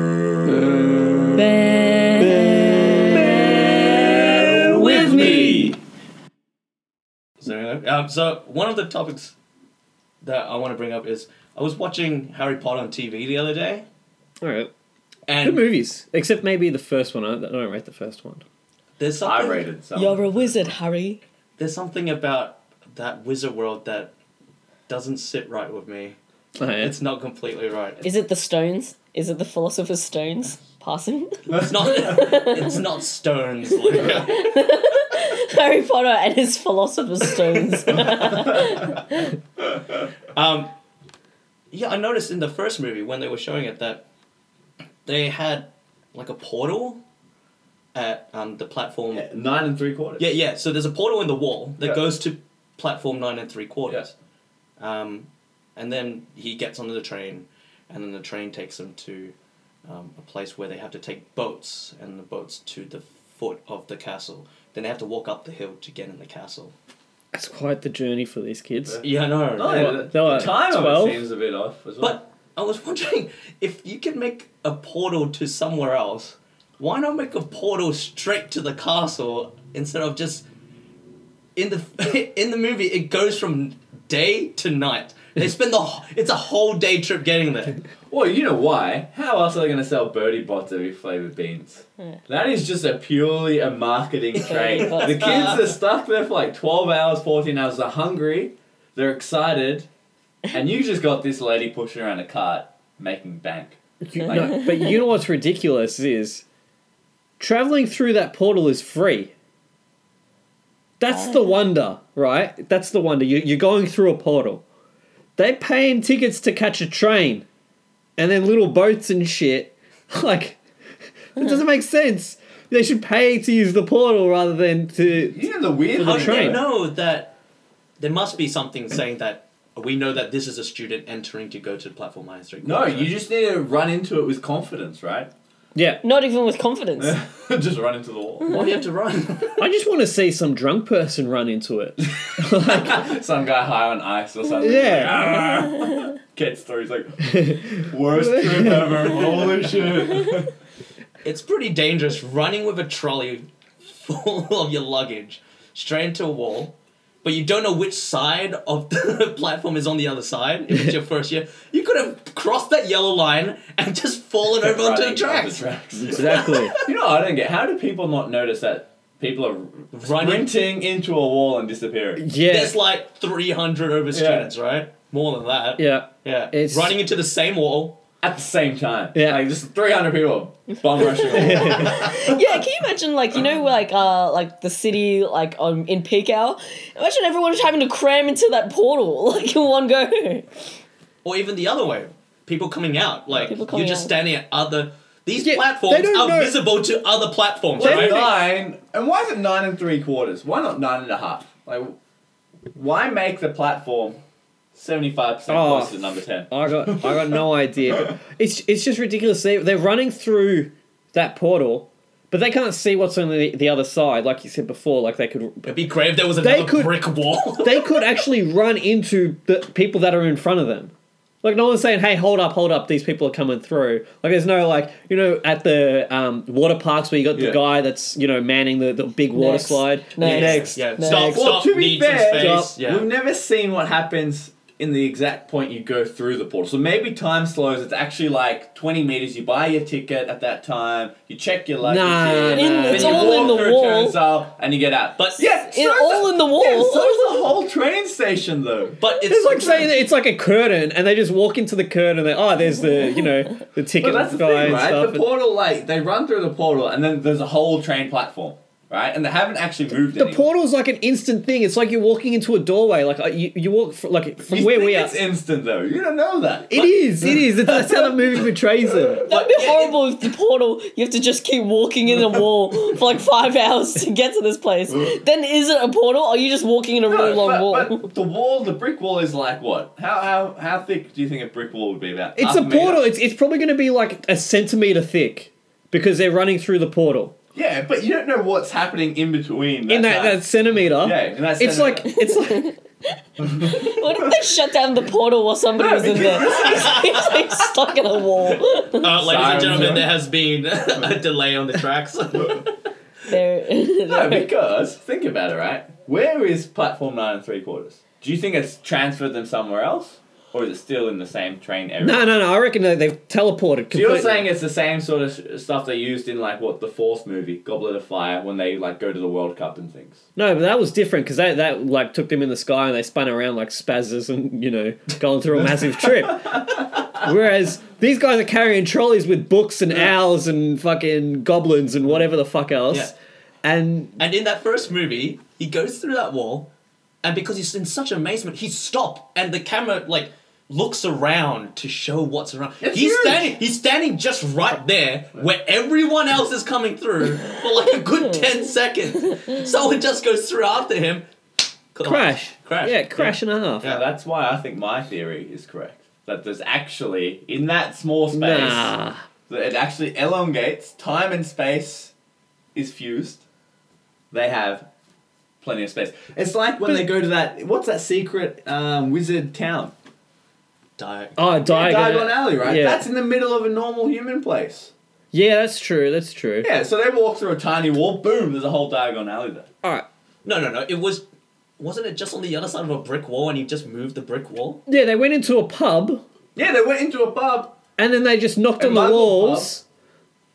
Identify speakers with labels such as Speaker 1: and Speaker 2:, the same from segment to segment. Speaker 1: Burn.
Speaker 2: with me. So, um, so one of the topics that I want to bring up is I was watching Harry Potter on TV the other day,
Speaker 3: All right. Good
Speaker 2: and
Speaker 3: movies, except maybe the first one. I I don't rate the first one.
Speaker 2: there's
Speaker 4: I
Speaker 2: something
Speaker 4: rated some.
Speaker 5: You're a wizard, Harry.
Speaker 2: there's something about that wizard world that doesn't sit right with me.
Speaker 3: Oh, yeah.
Speaker 2: It's not completely right.
Speaker 5: Is it the stones? Is it the philosopher's stones? Parson?
Speaker 2: It's not. it's not stones. Like,
Speaker 5: Harry Potter and his philosopher's stones.
Speaker 2: um, yeah, I noticed in the first movie when they were showing it that they had like a portal at um, the platform
Speaker 4: Yeah, nine and three quarters.
Speaker 2: Yeah, yeah. So there's a portal in the wall that
Speaker 4: Yeah.
Speaker 2: goes to platform nine and three quarters. Um, and then he gets onto the train, and then the train takes him to um, a place where they have to take boats, and the boats to the foot of the castle. Then they have to walk up the hill to get in the castle.
Speaker 3: That's quite the journey for these kids.
Speaker 2: Yeah, I know.
Speaker 4: No,
Speaker 3: They were-
Speaker 4: the-
Speaker 3: they were
Speaker 4: the time of
Speaker 3: 12.
Speaker 4: it seems a bit off as well.
Speaker 2: But I was wondering if you can make a portal to somewhere else, why not make a portal straight to the castle instead of just in the in the movie it goes from day to night. They spend the wh- it's a whole day trip getting there.
Speaker 4: well, you know why? How else are they going to sell birdie bots every flavored beans? That is just a purely a marketing trade.
Speaker 5: Bots.
Speaker 4: the kids are stuck there for like twelve hours, fourteen hours. They're hungry, they're excited, and you just got this lady pushing around a cart making bank.
Speaker 3: You- no, but you know what's ridiculous is traveling through that portal is free. That's the wonder, right? That's the wonder. You, you're going through a portal. They're paying tickets to catch a train and then little boats and shit. Like, it doesn't make sense. They should pay to use the portal rather than to.
Speaker 4: You know the weird
Speaker 2: How do
Speaker 4: thing
Speaker 2: they
Speaker 3: train.
Speaker 2: know that there must be something saying that we know that this is a student entering to go to the platform minus three.
Speaker 4: No, you just need to run into it with confidence, right?
Speaker 3: Yeah.
Speaker 5: Not even with confidence.
Speaker 4: just run into the wall.
Speaker 2: Why do you have to run?
Speaker 3: I just want to see some drunk person run into it.
Speaker 4: Some guy high on ice or something.
Speaker 3: Yeah.
Speaker 4: Like, "Argh." Gets through. He's like, worst trip ever. Holy shit.
Speaker 2: It's pretty dangerous running with a trolley full of your luggage straight into a wall, but you don't know which side of the platform is on the other side. If it's your first year, you could have crossed that yellow line and just fallen over onto the
Speaker 4: Running off
Speaker 2: tracks.
Speaker 3: exactly.
Speaker 4: You know, what I don't get. How do people not notice that people are
Speaker 2: Running.
Speaker 4: sprinting into a wall and disappearing?
Speaker 3: Yeah.
Speaker 2: There's like 300 over students, right? More than that.
Speaker 3: yeah.
Speaker 2: Yeah.
Speaker 3: It's-
Speaker 2: Running into the same wall.
Speaker 4: At the same time.
Speaker 3: Yeah.
Speaker 4: Like, just 300 people bum rushing a wall.
Speaker 5: yeah, can you imagine like you know like uh like the city like on in peak hour? Imagine everyone just having to cram into that portal like in one go.
Speaker 2: Or even the other way. People coming out. Like,
Speaker 5: People
Speaker 2: you're
Speaker 5: coming
Speaker 2: just
Speaker 5: out.
Speaker 2: standing at other. These
Speaker 3: Yeah, they
Speaker 2: platforms
Speaker 3: don't
Speaker 2: are
Speaker 3: know-
Speaker 2: visible to other platforms,
Speaker 4: Like,
Speaker 2: right?
Speaker 4: nine. And why is it nine and three quarters? Why not nine and a half? Like, why make the platform 75%
Speaker 3: Oh.
Speaker 4: closer to number 10?
Speaker 3: I got I got no idea. It's it's just ridiculous. They they're running through that portal, but they can't see what's on the, the other side. Like you said before, like they could
Speaker 2: It'd be great if there was
Speaker 3: They
Speaker 2: another
Speaker 3: could-
Speaker 2: brick wall.
Speaker 3: they could actually run into the people that are in front of them. Like no one's saying, "Hey, hold up, hold up! These people are coming through." Like there's no like you know at the um, water parks where you got the
Speaker 4: Yeah.
Speaker 3: guy that's you know manning the, the big water
Speaker 5: Next.
Speaker 3: slide.
Speaker 5: Next.
Speaker 2: Yeah.
Speaker 5: Next.
Speaker 2: Stop.
Speaker 4: Well,
Speaker 2: Stop.
Speaker 4: to be
Speaker 2: need some
Speaker 4: fair,
Speaker 2: space.
Speaker 3: stop.
Speaker 2: Yeah.
Speaker 4: We've never seen what happens in the exact point you go through the portal. So maybe time slows. It's actually like 20 meters. You buy your ticket at that time. You check your luggage.
Speaker 3: Nah,
Speaker 4: in,
Speaker 3: nah.
Speaker 4: then
Speaker 3: It's
Speaker 4: you
Speaker 5: all in
Speaker 4: walk
Speaker 5: the
Speaker 4: through a
Speaker 5: wall.
Speaker 4: Turnstile, and you get out. But yeah,
Speaker 5: in,
Speaker 4: so is
Speaker 5: all in the wall.
Speaker 4: Yeah, so is the whole train station though.
Speaker 2: But it's,
Speaker 3: It's like saying that it's like a curtain, and they just walk into the curtain. and they Oh, there's the you know the ticket
Speaker 4: But that's the
Speaker 3: guy
Speaker 4: thing,
Speaker 3: and stuff.
Speaker 4: right? The portal, like they run through the portal, and then there's a whole train platform, right? And they haven't actually moved.
Speaker 3: The
Speaker 4: anywhere.
Speaker 3: portal's like an instant thing. It's like you're walking into a doorway. Like uh, you, you walk fr- like from
Speaker 4: You
Speaker 3: where
Speaker 4: think
Speaker 3: we are.
Speaker 4: It's instant though. You don't know that.
Speaker 3: It is. It is. It's, that's how the movie portrays it.
Speaker 5: That'd be horrible if the portal you have to just keep walking in a wall for like five hours to get to this place. Then is it a portal? Or are you just walking in a really long
Speaker 4: Uh. but-
Speaker 5: wall?
Speaker 4: but the wall, the brick wall is like what? How how how thick do you think a brick wall would be? About
Speaker 3: It's
Speaker 4: half
Speaker 3: a
Speaker 4: meter?
Speaker 3: portal. It's it's probably going to be like a centimeter thick because they're running through the portal
Speaker 4: Yeah, but you don't know what's happening in between.
Speaker 3: in that, that
Speaker 4: time.
Speaker 3: centimeter.
Speaker 4: yeah, in that
Speaker 3: It's
Speaker 4: centimeter.
Speaker 3: like it's like
Speaker 5: What if they shut down the portal while somebody was in there? He's like stuck in a wall.
Speaker 2: Uh, ladies and
Speaker 4: Sirens,
Speaker 2: gentlemen,
Speaker 4: right?
Speaker 2: there has been a delay on the tracks.
Speaker 5: There.
Speaker 4: No, because think about it, right? Where is platform nine and three quarters? Do you think it's transferred them somewhere else, or is it still in the same train area?
Speaker 3: No, no, no. I reckon they- they've teleported
Speaker 4: So
Speaker 3: completely.
Speaker 4: you're saying it's the same sort of sh- stuff they used in like what the fourth movie, Goblet of Fire, when they like go to the World Cup and things.
Speaker 3: No, but that was different because that, that like took them in the sky and they spun around like spazzes and you know going through a massive trip. Whereas these guys are carrying trolleys with books and owls and fucking goblins and whatever the fuck else.
Speaker 2: Yeah.
Speaker 3: And
Speaker 2: and in that first movie, he goes through that wall, and because he's in such amazement, he stopped, and the camera like looks around to show what's around.
Speaker 4: It's
Speaker 2: he's
Speaker 4: huge.
Speaker 2: standing. He's standing just right there where everyone else is coming through for like a good ten seconds. Someone just goes through after him.
Speaker 3: crash,
Speaker 2: Crash.
Speaker 3: yeah, crash and a half.
Speaker 4: Now that's why I think my theory is correct. That there's actually in that small space
Speaker 3: Nah,
Speaker 4: that it actually elongates, time and space is fused. They have plenty of space. It's like when they go to that what's that secret um, wizard town?
Speaker 2: Die.
Speaker 3: oh, Diagon.
Speaker 4: Diagon Alley, right?
Speaker 3: Yeah.
Speaker 4: That's in the middle of a normal human place.
Speaker 3: yeah, that's true. That's true.
Speaker 4: Yeah, so they walk through a tiny wall, boom, there's a whole Diagon Alley there.
Speaker 3: All right.
Speaker 2: No, no, no. It was. Wasn't it just on the other side of a brick wall and he just moved the brick wall?
Speaker 3: Yeah, they went into a pub
Speaker 4: Yeah, they went into a pub.
Speaker 3: and then they just knocked
Speaker 4: A
Speaker 3: on the
Speaker 4: mobile
Speaker 3: walls.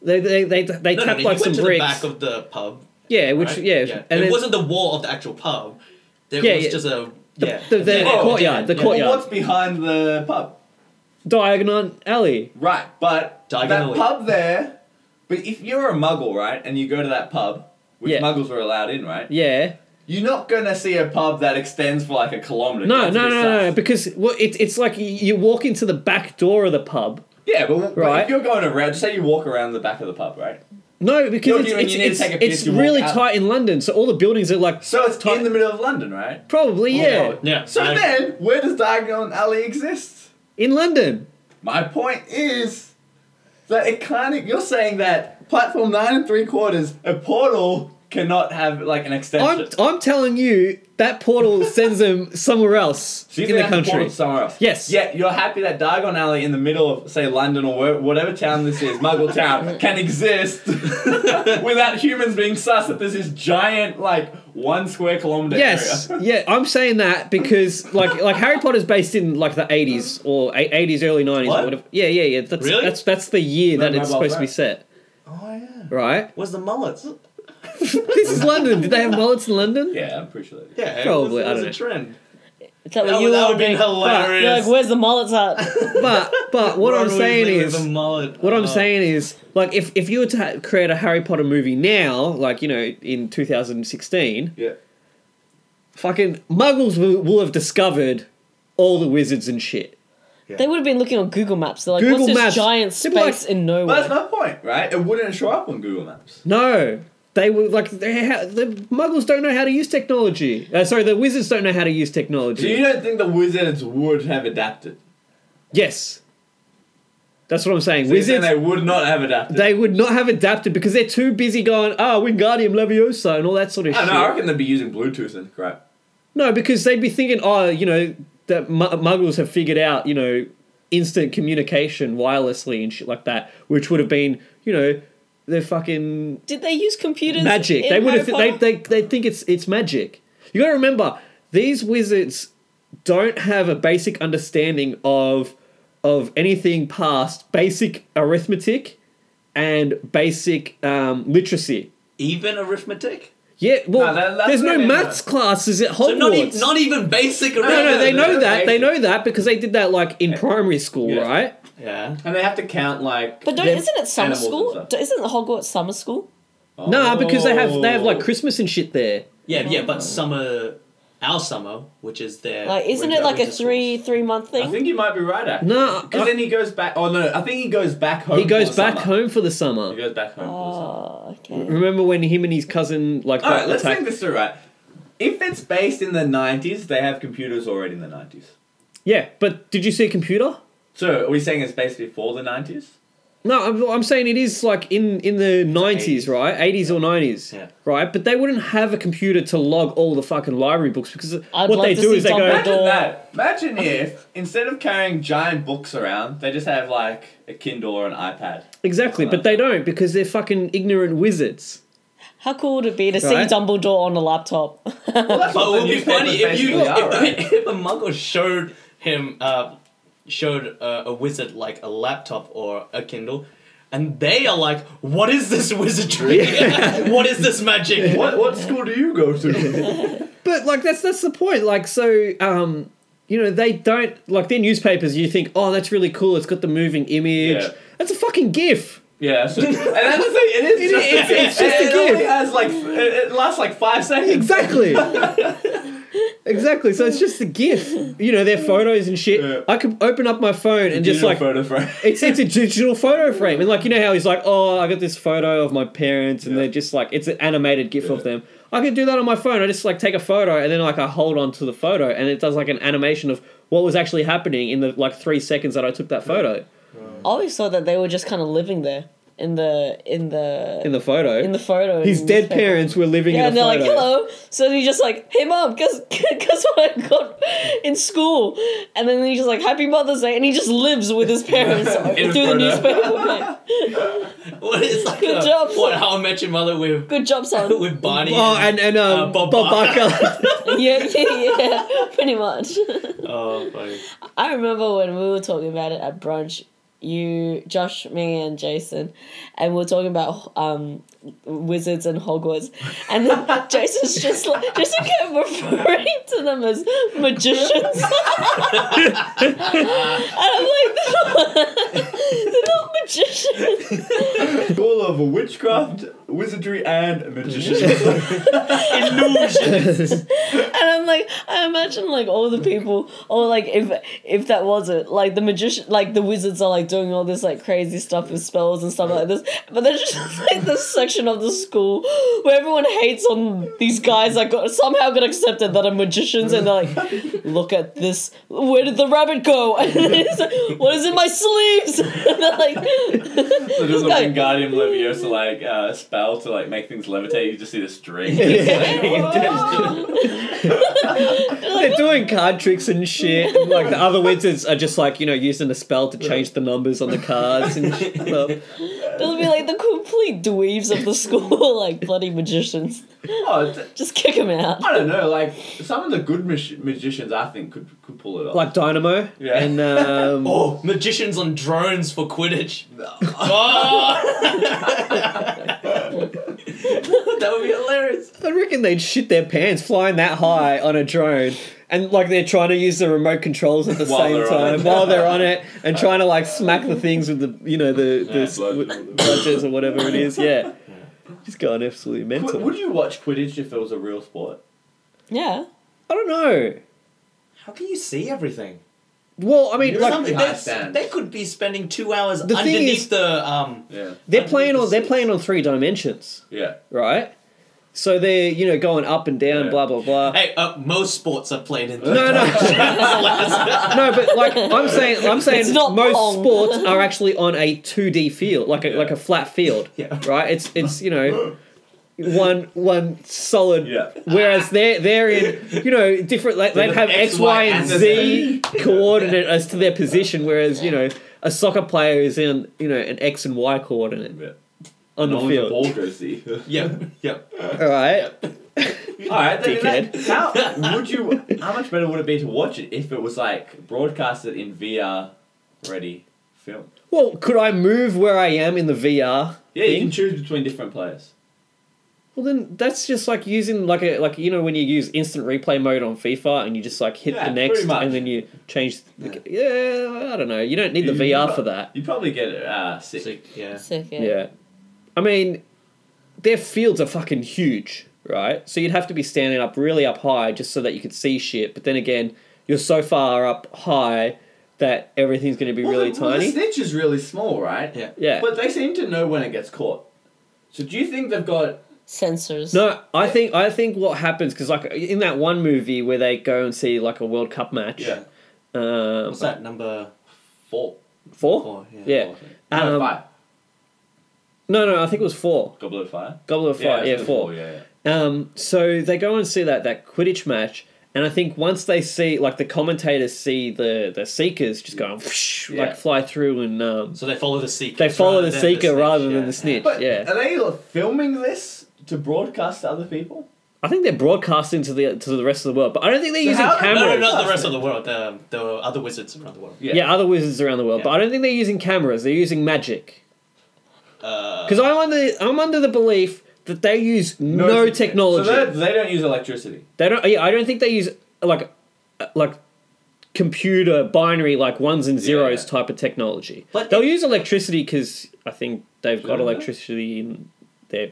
Speaker 3: They they they they
Speaker 2: No, no, no.
Speaker 3: tapped
Speaker 2: He
Speaker 3: like
Speaker 2: went
Speaker 3: some
Speaker 2: to
Speaker 3: bricks.
Speaker 2: the back of the pub.
Speaker 3: yeah, which
Speaker 2: right?
Speaker 3: yeah, and
Speaker 2: it
Speaker 3: then-
Speaker 2: wasn't the wall of the actual pub. There
Speaker 3: Yeah,
Speaker 2: was
Speaker 3: yeah.
Speaker 2: just a yeah. Oh,
Speaker 3: the- the courtyard, the
Speaker 2: yeah.
Speaker 3: courtyard.
Speaker 4: Well, Oh, what's behind the pub?
Speaker 3: Diagon Alley.
Speaker 4: Right, but
Speaker 2: Diagon
Speaker 4: that
Speaker 2: Alley.
Speaker 4: pub there. But if you're a muggle, right, and you go to that pub, which
Speaker 3: Yeah.
Speaker 4: muggles are allowed in, right?
Speaker 3: Yeah.
Speaker 4: You're not gonna see a pub that extends for like a kilometer.
Speaker 3: No,
Speaker 4: That's a
Speaker 3: no,
Speaker 4: bit
Speaker 3: no,
Speaker 4: sus.
Speaker 3: no, no, because well, it's it's like you, you walk into the back door of the pub.
Speaker 4: Yeah, but, but
Speaker 3: Right.
Speaker 4: if you're going around, just say you walk around the back of the pub, right?
Speaker 3: No, because
Speaker 4: You're
Speaker 3: it's
Speaker 4: doing-
Speaker 3: it's,
Speaker 4: you need to
Speaker 3: it's,
Speaker 4: take a piss,
Speaker 3: it's
Speaker 4: you walk
Speaker 3: really
Speaker 4: out.
Speaker 3: tight in London, so all the buildings are like
Speaker 4: So it's
Speaker 3: Ti-
Speaker 4: in the middle of London, right?
Speaker 3: probably yeah
Speaker 4: Oh,
Speaker 2: Yeah,
Speaker 4: So
Speaker 2: I-
Speaker 4: then, where does Diagon Alley exist?
Speaker 3: in London.
Speaker 4: My point is that it kind of you're saying that platform nine and three quarters, a portal cannot have like an
Speaker 3: I'm
Speaker 4: extension.
Speaker 3: I'm telling you that portal sends them somewhere else
Speaker 4: So you
Speaker 3: in the
Speaker 4: think that's a portal
Speaker 3: country.
Speaker 4: to somewhere else.
Speaker 3: Yes.
Speaker 4: Yet you're happy that Diagon Alley in the middle of say London or where- whatever town this is, Muggle town, can exist without humans being sus that there's this giant like one square kilometer
Speaker 3: Yes,
Speaker 4: area.
Speaker 3: yeah, I'm saying that because like like Harry Potter's based in like the 80s or eight- 80s early 90s or
Speaker 2: What?
Speaker 3: whatever. Yeah, yeah, yeah. That's
Speaker 2: Really?
Speaker 3: that's that's the year that
Speaker 4: my
Speaker 3: it's
Speaker 4: mobile
Speaker 3: supposed to be
Speaker 4: phone.
Speaker 3: set,
Speaker 4: Oh yeah.
Speaker 3: right?
Speaker 2: Was the mullets?
Speaker 3: this is London. Did they have mullets in London?
Speaker 4: Yeah, I'm pretty sure. That is.
Speaker 2: Yeah,
Speaker 3: Probably,
Speaker 2: It
Speaker 3: I
Speaker 2: was,
Speaker 3: don't
Speaker 2: it
Speaker 3: know.
Speaker 2: was a trend.
Speaker 5: Is that
Speaker 2: That,
Speaker 5: what
Speaker 2: would-
Speaker 5: you
Speaker 2: that would
Speaker 5: are
Speaker 2: have been
Speaker 5: doing? You're like,
Speaker 2: hilarious.
Speaker 5: where's the mullets at?
Speaker 3: But but what I'm
Speaker 2: Ron
Speaker 3: saying
Speaker 2: Weasley with
Speaker 3: is
Speaker 2: a mullet.
Speaker 3: What I'm
Speaker 2: Oh.
Speaker 3: saying is, like, if, if you were to ha- create a Harry Potter movie now, like, you know, in 2016,
Speaker 4: Yeah.
Speaker 3: fucking muggles will, will have discovered all the wizards and shit.
Speaker 5: They would have been looking on Google Maps. They're like,
Speaker 3: Google
Speaker 5: what's this
Speaker 3: Maps.
Speaker 5: giant
Speaker 3: They'd be like,
Speaker 5: space in
Speaker 4: But that's
Speaker 5: nowhere?
Speaker 4: my point, right? It wouldn't show up on Google Maps.
Speaker 3: No. They were like, they ha- the muggles don't know how to use technology. Uh, sorry, the wizards don't know how to use
Speaker 4: So
Speaker 3: technology.
Speaker 4: you don't think the wizards would have adapted?
Speaker 3: yes. That's what I'm saying.
Speaker 4: So you're saying
Speaker 3: wizards,
Speaker 4: they would not have adapted.
Speaker 3: they would not have adapted because they're too busy going, ah, Wingardium Leviosa and all that sort of
Speaker 4: I
Speaker 3: shit.
Speaker 4: don't know. I reckon they'd be using Bluetooth and crap.
Speaker 3: No, because they'd be thinking, oh, you know, that mu- muggles have figured out, you know, instant communication wirelessly and shit like that, which would have been, you know, their fucking
Speaker 5: Did they use computers?
Speaker 3: magic.
Speaker 5: in
Speaker 3: They would have
Speaker 5: Harry
Speaker 3: they
Speaker 5: Potter?
Speaker 3: they they think it's it's magic. You got to remember, these wizards don't have a basic understanding of of anything past basic arithmetic and basic um, literacy.
Speaker 2: even arithmetic.
Speaker 3: Yeah, well,
Speaker 4: No, that- that's
Speaker 3: there's
Speaker 4: what I
Speaker 3: no
Speaker 4: mean,
Speaker 3: maths classes at Hogwarts.
Speaker 2: So not, e- not even basic arithmetic.
Speaker 3: No, no, they
Speaker 4: no,
Speaker 3: know
Speaker 4: no,
Speaker 3: that. They
Speaker 4: they-
Speaker 3: know that because they did that like in primary school,
Speaker 4: Yeah.
Speaker 3: right?
Speaker 2: Yeah.
Speaker 4: And they have to count like.
Speaker 5: But don't,
Speaker 3: They're
Speaker 5: isn't it summer
Speaker 4: animals and
Speaker 5: school?
Speaker 4: stuff.
Speaker 5: D- Isn't Hogwarts summer school?
Speaker 4: No,
Speaker 3: Nah, because they have they have
Speaker 4: Oh.
Speaker 3: like Christmas and shit there.
Speaker 2: Yeah, yeah, but summer, our summer, which is their.
Speaker 5: Like, isn't
Speaker 2: winter-
Speaker 5: it like a
Speaker 2: winter schools.
Speaker 5: three three month
Speaker 4: I
Speaker 5: thing?
Speaker 4: think you might be right, actually.
Speaker 3: No, I-
Speaker 4: because then he goes back. Oh no, I think he goes back home.
Speaker 3: He goes
Speaker 4: for the
Speaker 3: back
Speaker 4: summer.
Speaker 3: home for the
Speaker 4: He
Speaker 3: summer.
Speaker 4: goes back home. for the
Speaker 5: oh,
Speaker 4: summer.
Speaker 5: okay.
Speaker 3: Remember when him and his cousin like
Speaker 4: All
Speaker 3: got
Speaker 4: right, let's
Speaker 3: attacked?
Speaker 4: think this through. Right, if it's based in the '90s, they have computers already in the '90s.
Speaker 3: Yeah, but did you see a computer?
Speaker 4: So are we saying it's based before the '90s?
Speaker 3: No, I'm, I'm saying it is like in in the nineties,
Speaker 2: 80s.
Speaker 3: right? Eighties or nineties,
Speaker 2: Yeah.
Speaker 3: right? But they wouldn't have a computer to log all the fucking library books because
Speaker 5: I'd
Speaker 3: what
Speaker 5: love
Speaker 3: they
Speaker 5: to
Speaker 3: do
Speaker 5: see
Speaker 3: is they
Speaker 5: Dumbledore.
Speaker 3: go.
Speaker 4: Imagine
Speaker 5: Door.
Speaker 4: that. Imagine if instead of carrying giant books around, they just have like a Kindle or an iPad.
Speaker 3: Exactly, but they don't because they're fucking ignorant wizards.
Speaker 5: How cool would it be to
Speaker 3: Right.
Speaker 5: see Dumbledore on a laptop?
Speaker 4: Well, that's
Speaker 2: But it
Speaker 4: what
Speaker 2: would
Speaker 4: the
Speaker 2: be funny
Speaker 4: newspapers
Speaker 2: if you
Speaker 4: basically are, right?
Speaker 2: if, if a muggle showed him uh, showed uh, a wizard like a laptop or a Kindle, and they are like, "What is this wizardry? what is this magic?"
Speaker 4: What what school do you go to?
Speaker 3: But like that's that's the point. Like so, um, you know, they don't like their newspapers. You think, oh, that's really cool. It's got the moving image.
Speaker 4: Yeah.
Speaker 3: That's a fucking GIF.
Speaker 4: yeah, so, and that's the thing. It is just
Speaker 3: it's- it's just
Speaker 4: it,
Speaker 3: a
Speaker 4: only
Speaker 3: gift.
Speaker 4: has like it, it lasts like five seconds.
Speaker 3: Exactly. exactly. So it's just a GIF. You know, their photos and shit.
Speaker 4: Yeah.
Speaker 3: I could open up my phone and just
Speaker 4: Digital
Speaker 3: like
Speaker 4: photo frame.
Speaker 3: It's it's a digital photo frame, and like you know how he's like, oh, I got this photo of my parents, and
Speaker 4: Yeah.
Speaker 3: they're just like, it's an animated GIF of
Speaker 4: Yeah.
Speaker 3: them. I can do that on my phone. I just like take a photo, and then like I hold on to the photo, and it does like an animation of what was actually happening in the like three seconds that I took that photo
Speaker 5: I always thought that they were just kind of living there in the in the
Speaker 3: in the photo.
Speaker 5: in the photo.
Speaker 3: His
Speaker 5: in
Speaker 3: dead
Speaker 5: the paper.
Speaker 3: parents were living in
Speaker 5: Yeah, and
Speaker 3: a
Speaker 5: they're
Speaker 3: photo.
Speaker 5: like, "Hello." So he's just like, "Hey, mom, guess guess what I got in school?" And then he's just like, "Happy Mother's Day," and he just lives with his parents
Speaker 4: In a
Speaker 5: through the
Speaker 4: photo.
Speaker 5: newspaper. man.
Speaker 2: what is like?
Speaker 5: Good
Speaker 2: uh,
Speaker 5: job.
Speaker 2: What? How I Met Your Mother with
Speaker 5: Good job, son.
Speaker 2: with Barney.
Speaker 3: Oh, and and um,
Speaker 2: Uh,
Speaker 3: Bob,
Speaker 2: Bob
Speaker 3: Barker.
Speaker 5: yeah, yeah, yeah. Pretty much.
Speaker 2: oh, funny.
Speaker 5: I remember when we were talking about it at brunch, you, Josh, me, and Jason, and we were talking about um, wizards and Hogwarts, and then Jason's just like Jason kept referring to them as magicians, and I'm like, they're not, they're not magicians.
Speaker 4: School of witchcraft, wizardry, and magician.
Speaker 2: illusions.
Speaker 5: And I'm like, I imagine like all the people, or like if if that was it, like the magician, like the wizards are like doing all this like crazy stuff with spells and stuff like this, but there's just like this section of the school where everyone hates on these guys that got somehow got accepted that are magicians, and they're like, look at this, where did the rabbit go? And it's like, what is in my sleeves? And they're like,
Speaker 4: So does a
Speaker 5: guy-
Speaker 4: Wingardium Leviosa like uh, spell to like make things levitate? You just see the string. It's like,
Speaker 3: They're doing card tricks and shit. And, like the other wizards are just like you know using a spell to change the numbers on the cards and shit. So-
Speaker 5: it'll be like the complete dweebs of the school, like bloody magicians.
Speaker 4: oh, it's-
Speaker 5: Just kick them out.
Speaker 4: I don't know. Like some of the good mag- magicians, I think could could pull it off.
Speaker 3: like Dynamo
Speaker 4: Yeah.
Speaker 3: and um,
Speaker 2: oh, magicians on drones for Quidditch. Oh. that would be hilarious.
Speaker 3: I reckon they'd shit their pants flying that high on a drone. And like they're trying to use the remote controls at the
Speaker 4: While
Speaker 3: same
Speaker 4: they're on
Speaker 3: time
Speaker 4: it.
Speaker 3: while they're on it and trying to like smack the things with the you know the the
Speaker 4: Yeah,
Speaker 3: s-
Speaker 4: blood-
Speaker 3: with- bludgers or whatever it is yeah just going absolutely mental
Speaker 4: Qu- would you watch Quidditch if it was a real sport?
Speaker 5: Yeah.
Speaker 3: I don't know
Speaker 2: How can you see everything?
Speaker 3: well I mean
Speaker 4: You're
Speaker 3: like
Speaker 4: something-
Speaker 2: They-
Speaker 4: Understand.
Speaker 2: They could be spending two hours
Speaker 3: The thing
Speaker 2: underneath
Speaker 3: is-
Speaker 2: the um.
Speaker 4: Yeah.
Speaker 3: they're playing on they're playing on three dimensions
Speaker 4: Yeah.
Speaker 3: right so they're you know going up and down
Speaker 4: Yeah.
Speaker 3: blah blah blah
Speaker 2: Hey, uh, most sports are played in.
Speaker 3: no no no, but like I'm saying, I'm saying
Speaker 5: It's not
Speaker 3: most
Speaker 5: long.
Speaker 3: sports are actually on a 2D field, like a like a flat field,
Speaker 2: Yeah.
Speaker 3: right? It's it's you know one one solid.
Speaker 4: Yeah.
Speaker 3: Whereas they're they're in you know different. Like, they'd
Speaker 2: got
Speaker 3: have
Speaker 2: X,
Speaker 3: X, Y,
Speaker 2: Y,
Speaker 3: and
Speaker 2: and the
Speaker 3: Z coordinate as to their position, whereas you know a soccer player is in you know an X and Y coordinate
Speaker 4: Yeah.
Speaker 3: on the
Speaker 4: Only the
Speaker 3: field.
Speaker 4: ball goes see.
Speaker 2: Yep. Yep.
Speaker 3: All right.
Speaker 4: All right, then
Speaker 3: Dickhead.
Speaker 4: that- how would you? How much better would it be to watch it if it was like broadcasted in VR ready film?
Speaker 3: Well, could I move where I am in the VR?
Speaker 4: Yeah, you
Speaker 3: thing?
Speaker 4: can choose between different players.
Speaker 3: Well, then that's just like using like a like you know when you use instant replay mode on FIFA and you just like hit
Speaker 4: Yeah,
Speaker 3: the next
Speaker 4: pretty much.
Speaker 3: and then you change. The, yeah, I don't know. You don't need the
Speaker 4: You-
Speaker 3: VR
Speaker 4: you-
Speaker 3: for that.
Speaker 4: You probably get uh, sick.
Speaker 2: Sick, yeah.
Speaker 5: Sick.
Speaker 3: Yeah. I mean, their fields are fucking huge, right? So you'd have to be standing up really up high just so that you could see shit. But then again, you're so far up high that everything's going to be
Speaker 4: Well,
Speaker 3: really
Speaker 4: the, well,
Speaker 3: tiny.
Speaker 4: the snitch is really small, right?
Speaker 2: Yeah.
Speaker 3: yeah.
Speaker 4: But they seem to know when it gets caught. So do you think they've got?
Speaker 5: Sensors.
Speaker 3: No, I think I think what happens because like in that one movie where they go and see like a World Cup match.
Speaker 4: Yeah.
Speaker 3: Um,
Speaker 2: What's that number
Speaker 4: Four.
Speaker 3: Four.
Speaker 2: four?
Speaker 3: Yeah.
Speaker 4: No,
Speaker 3: Um,
Speaker 4: five.
Speaker 3: No, no, I think it was four.
Speaker 4: Goblet of Fire.
Speaker 3: Goblet of Fire,
Speaker 4: Yeah,
Speaker 3: yeah,
Speaker 4: it's
Speaker 3: four.
Speaker 4: Yeah, yeah.
Speaker 3: Um, so they go and see that that Quidditch match, and I think once they see, like the commentators see the the Seekers just going whoosh,
Speaker 4: Yeah.
Speaker 3: like fly through, and um,
Speaker 2: So they follow the seeker.
Speaker 3: they follow
Speaker 2: rather
Speaker 3: the
Speaker 2: than
Speaker 3: Seeker
Speaker 2: snitch,
Speaker 3: rather than
Speaker 2: yeah.
Speaker 3: the Snitch.
Speaker 4: But
Speaker 3: yeah,
Speaker 4: are they filming this to broadcast to other people?
Speaker 3: I think they're broadcasting to the to the rest of the world, but I don't think they're
Speaker 4: So
Speaker 3: using
Speaker 4: how- no, no,
Speaker 3: cameras.
Speaker 2: No, no, not the rest of the world. The, the other wizards around the world.
Speaker 3: Yeah. other wizards around the world, but
Speaker 4: Yeah.
Speaker 3: I don't think they're using cameras. They're using magic.
Speaker 2: Uh,
Speaker 3: Because I'm under I'm under the belief that they use no, technology.
Speaker 4: So they're- they don't use electricity.
Speaker 3: They don't. Yeah, I don't think they use like uh, like computer binary like ones and zeros
Speaker 4: Yeah.
Speaker 3: type of technology.
Speaker 2: But-
Speaker 3: they'll use electricity because I think they've got
Speaker 4: they?
Speaker 3: electricity in their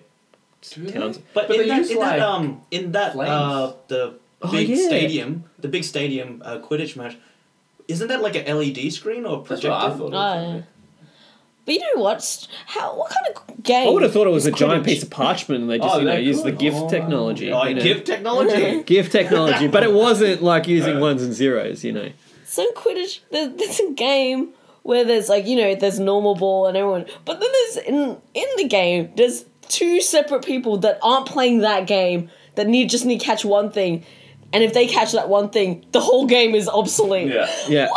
Speaker 3: towns.
Speaker 2: But,
Speaker 4: But
Speaker 2: in,
Speaker 4: they
Speaker 2: that,
Speaker 4: use,
Speaker 2: in that,
Speaker 4: like,
Speaker 2: um, in that, uh,
Speaker 4: flames.
Speaker 2: the
Speaker 3: Oh,
Speaker 2: big
Speaker 3: yeah.
Speaker 2: stadium, the big stadium uh, Quidditch match, isn't that like an LED screen or a
Speaker 4: That's
Speaker 2: projector?
Speaker 4: what I thought.
Speaker 5: Oh, yeah. But you know what? St- How? What kind of game?
Speaker 3: I would have thought it was a
Speaker 5: is
Speaker 3: giant
Speaker 5: Quidditch?
Speaker 3: piece of parchment and they just
Speaker 4: Oh,
Speaker 3: you know
Speaker 4: they're
Speaker 3: used the
Speaker 4: good.
Speaker 3: GIF
Speaker 4: Oh,
Speaker 3: technology.
Speaker 2: Oh,
Speaker 3: you know.
Speaker 2: GIF technology.
Speaker 3: GIF technology, but it wasn't like using ones and zeros. You know.
Speaker 5: So in Quidditch, there, there's a game where there's like you know there's normal ball and everyone, but then there's in in the game there's two separate people that aren't playing that game that need just need to catch one thing, and if they catch that one thing, the whole game is obsolete.
Speaker 4: Yeah.
Speaker 3: Yeah.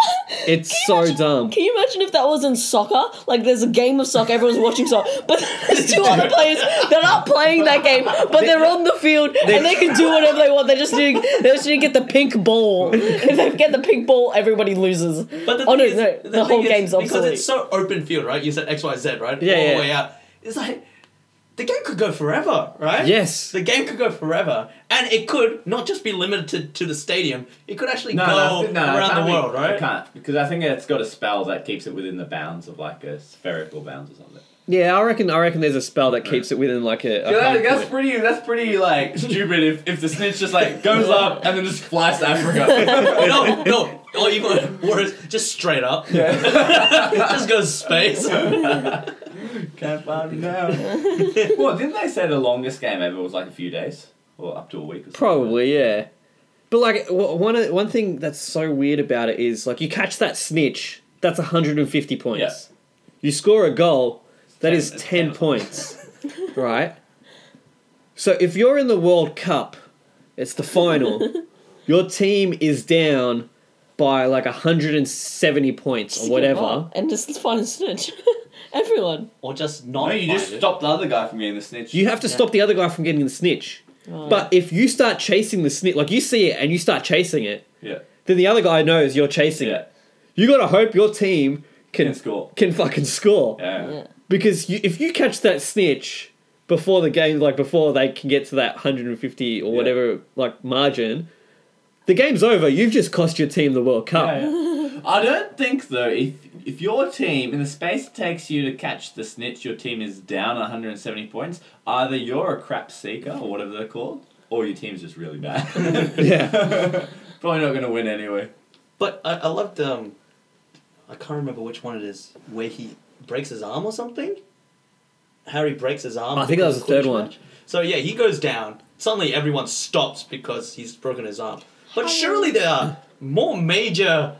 Speaker 3: It's so
Speaker 5: imagine-
Speaker 3: dumb.
Speaker 5: Can you imagine if that was in soccer? Like, there's a game of soccer, everyone's watching soccer, but there's two other players that aren't playing that game, but they're on the field and they can do whatever they want. They just need, they just need to get the pink ball. If they get the pink ball, everybody loses.
Speaker 2: But the
Speaker 5: oh
Speaker 2: thing
Speaker 5: no,
Speaker 2: is,
Speaker 5: no, the,
Speaker 2: thing
Speaker 5: whole
Speaker 2: is,
Speaker 5: game's
Speaker 2: because
Speaker 5: obsolete.
Speaker 2: it's so open field, right? You said X, Y, Z, right?
Speaker 3: Yeah,
Speaker 2: All
Speaker 3: yeah.
Speaker 2: the way out. It's like the game could go forever, right?
Speaker 3: Yes.
Speaker 2: The game could go forever, and it could not just be limited to the stadium. It could actually
Speaker 4: No, no, I
Speaker 2: go
Speaker 4: think- no, it
Speaker 2: around
Speaker 4: can't
Speaker 2: the
Speaker 4: be-
Speaker 2: world,
Speaker 4: It
Speaker 2: right?
Speaker 4: can't because I think it's got a spell that keeps it within the bounds of like a spherical bounds or something.
Speaker 3: Yeah, I reckon. I reckon there's a spell that keeps it within like a. a hard
Speaker 4: that's
Speaker 3: point.
Speaker 4: pretty. That's pretty like stupid. If, if the snitch just like goes up and then just flies to Africa.
Speaker 2: no, no, or even worse, just straight up. just goes space.
Speaker 4: Can't find me now. well, didn't they say the longest game ever was like a few days or up to a week? Or something?
Speaker 3: Probably, yeah. But like w- one of- one thing that's so weird about it is like you catch that snitch, that's 150 points.
Speaker 4: Yeah.
Speaker 3: You score a goal, that is
Speaker 4: Ten-
Speaker 3: 10
Speaker 4: ten.
Speaker 3: points. right? So if you're in the World Cup, it's the final. your team is down by like 170 points or
Speaker 5: Just give
Speaker 3: whatever.
Speaker 5: up And just find a snitch. everyone.
Speaker 2: Or just not.
Speaker 4: No, you
Speaker 2: find
Speaker 4: just
Speaker 2: it.
Speaker 4: stop the other guy from getting the snitch.
Speaker 3: You have to stop the other guy from getting the snitch. But if you start chasing the snitch, like you see it and you start chasing it,
Speaker 4: yeah.
Speaker 3: then the other guy knows you're chasing
Speaker 4: Yeah.
Speaker 3: it. You gotta hope your team can
Speaker 4: Can score.
Speaker 3: can fucking score
Speaker 4: Yeah.
Speaker 5: Yeah.
Speaker 3: because you, if you catch that snitch before the game, like before they can get to that 150 or whatever like margin, the game's over. You've just cost your team the World Cup.
Speaker 4: Yeah, yeah. I don't think though. If if your team in the space it takes you to catch the snitch, your team is down 170 points. Either you're a crap seeker or whatever they're called, or your team's just really bad.
Speaker 3: Yeah.
Speaker 4: Probably not gonna win anyway.
Speaker 2: But I, I loved um, I can't remember which one it is where he breaks his arm or something. Harry breaks his arm.
Speaker 3: I think that
Speaker 2: because
Speaker 3: was
Speaker 2: of
Speaker 3: the third
Speaker 2: Quidditch
Speaker 3: one.
Speaker 2: match. So yeah, he goes down. Suddenly everyone stops because he's broken his arm. But surely there are more major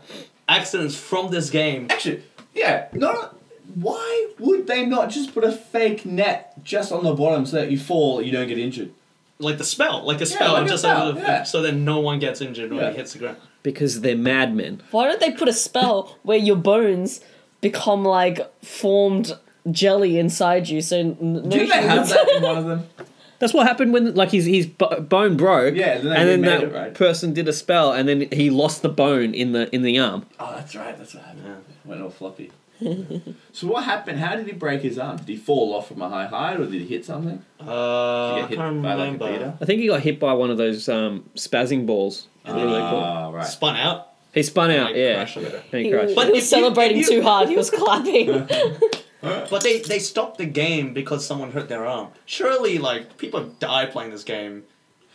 Speaker 2: accidents from this game.
Speaker 4: Actually, yeah. Not. Why would they not just put a fake net just on the bottom so that you fall, you don't get injured?
Speaker 2: Like the spell, like a spell,
Speaker 4: like a
Speaker 2: just
Speaker 4: spell,
Speaker 2: so,
Speaker 4: yeah.
Speaker 2: so then no one gets injured when
Speaker 4: Yeah.
Speaker 2: he hits the ground.
Speaker 3: because they're madmen.
Speaker 5: Why don't they put a spell where your bones become like formed jelly inside you? So n- no
Speaker 4: Didn't they have
Speaker 5: humans-
Speaker 4: that in one of them?
Speaker 3: That's what happened when like his his bo- bone broke.
Speaker 4: Yeah, then they
Speaker 3: and then
Speaker 4: remade
Speaker 3: that
Speaker 4: it, right?
Speaker 3: person did a spell, and then he lost the bone in the in the arm.
Speaker 4: Oh, that's right. That's what happened. Went all floppy. so what happened? How did he break his arm? Did he fall off from a high height, or did he hit something?
Speaker 2: Uh, I
Speaker 4: hit
Speaker 2: can't
Speaker 4: by, like, a
Speaker 2: remember.
Speaker 4: beater?
Speaker 3: I think he got hit by one of those um, spazzing balls. And then he-
Speaker 4: Ah, right.
Speaker 2: Spun out.
Speaker 3: he spun out.
Speaker 2: like,
Speaker 3: yeah.
Speaker 2: crashed a bit.
Speaker 3: And he
Speaker 5: He,
Speaker 3: crashed.
Speaker 5: was-
Speaker 2: But if
Speaker 5: he
Speaker 2: you-
Speaker 5: was celebrating
Speaker 2: if you-
Speaker 5: too hard. He was clapping.
Speaker 2: But they, they stopped the game because someone hurt their arm. Surely, like, people die playing this game,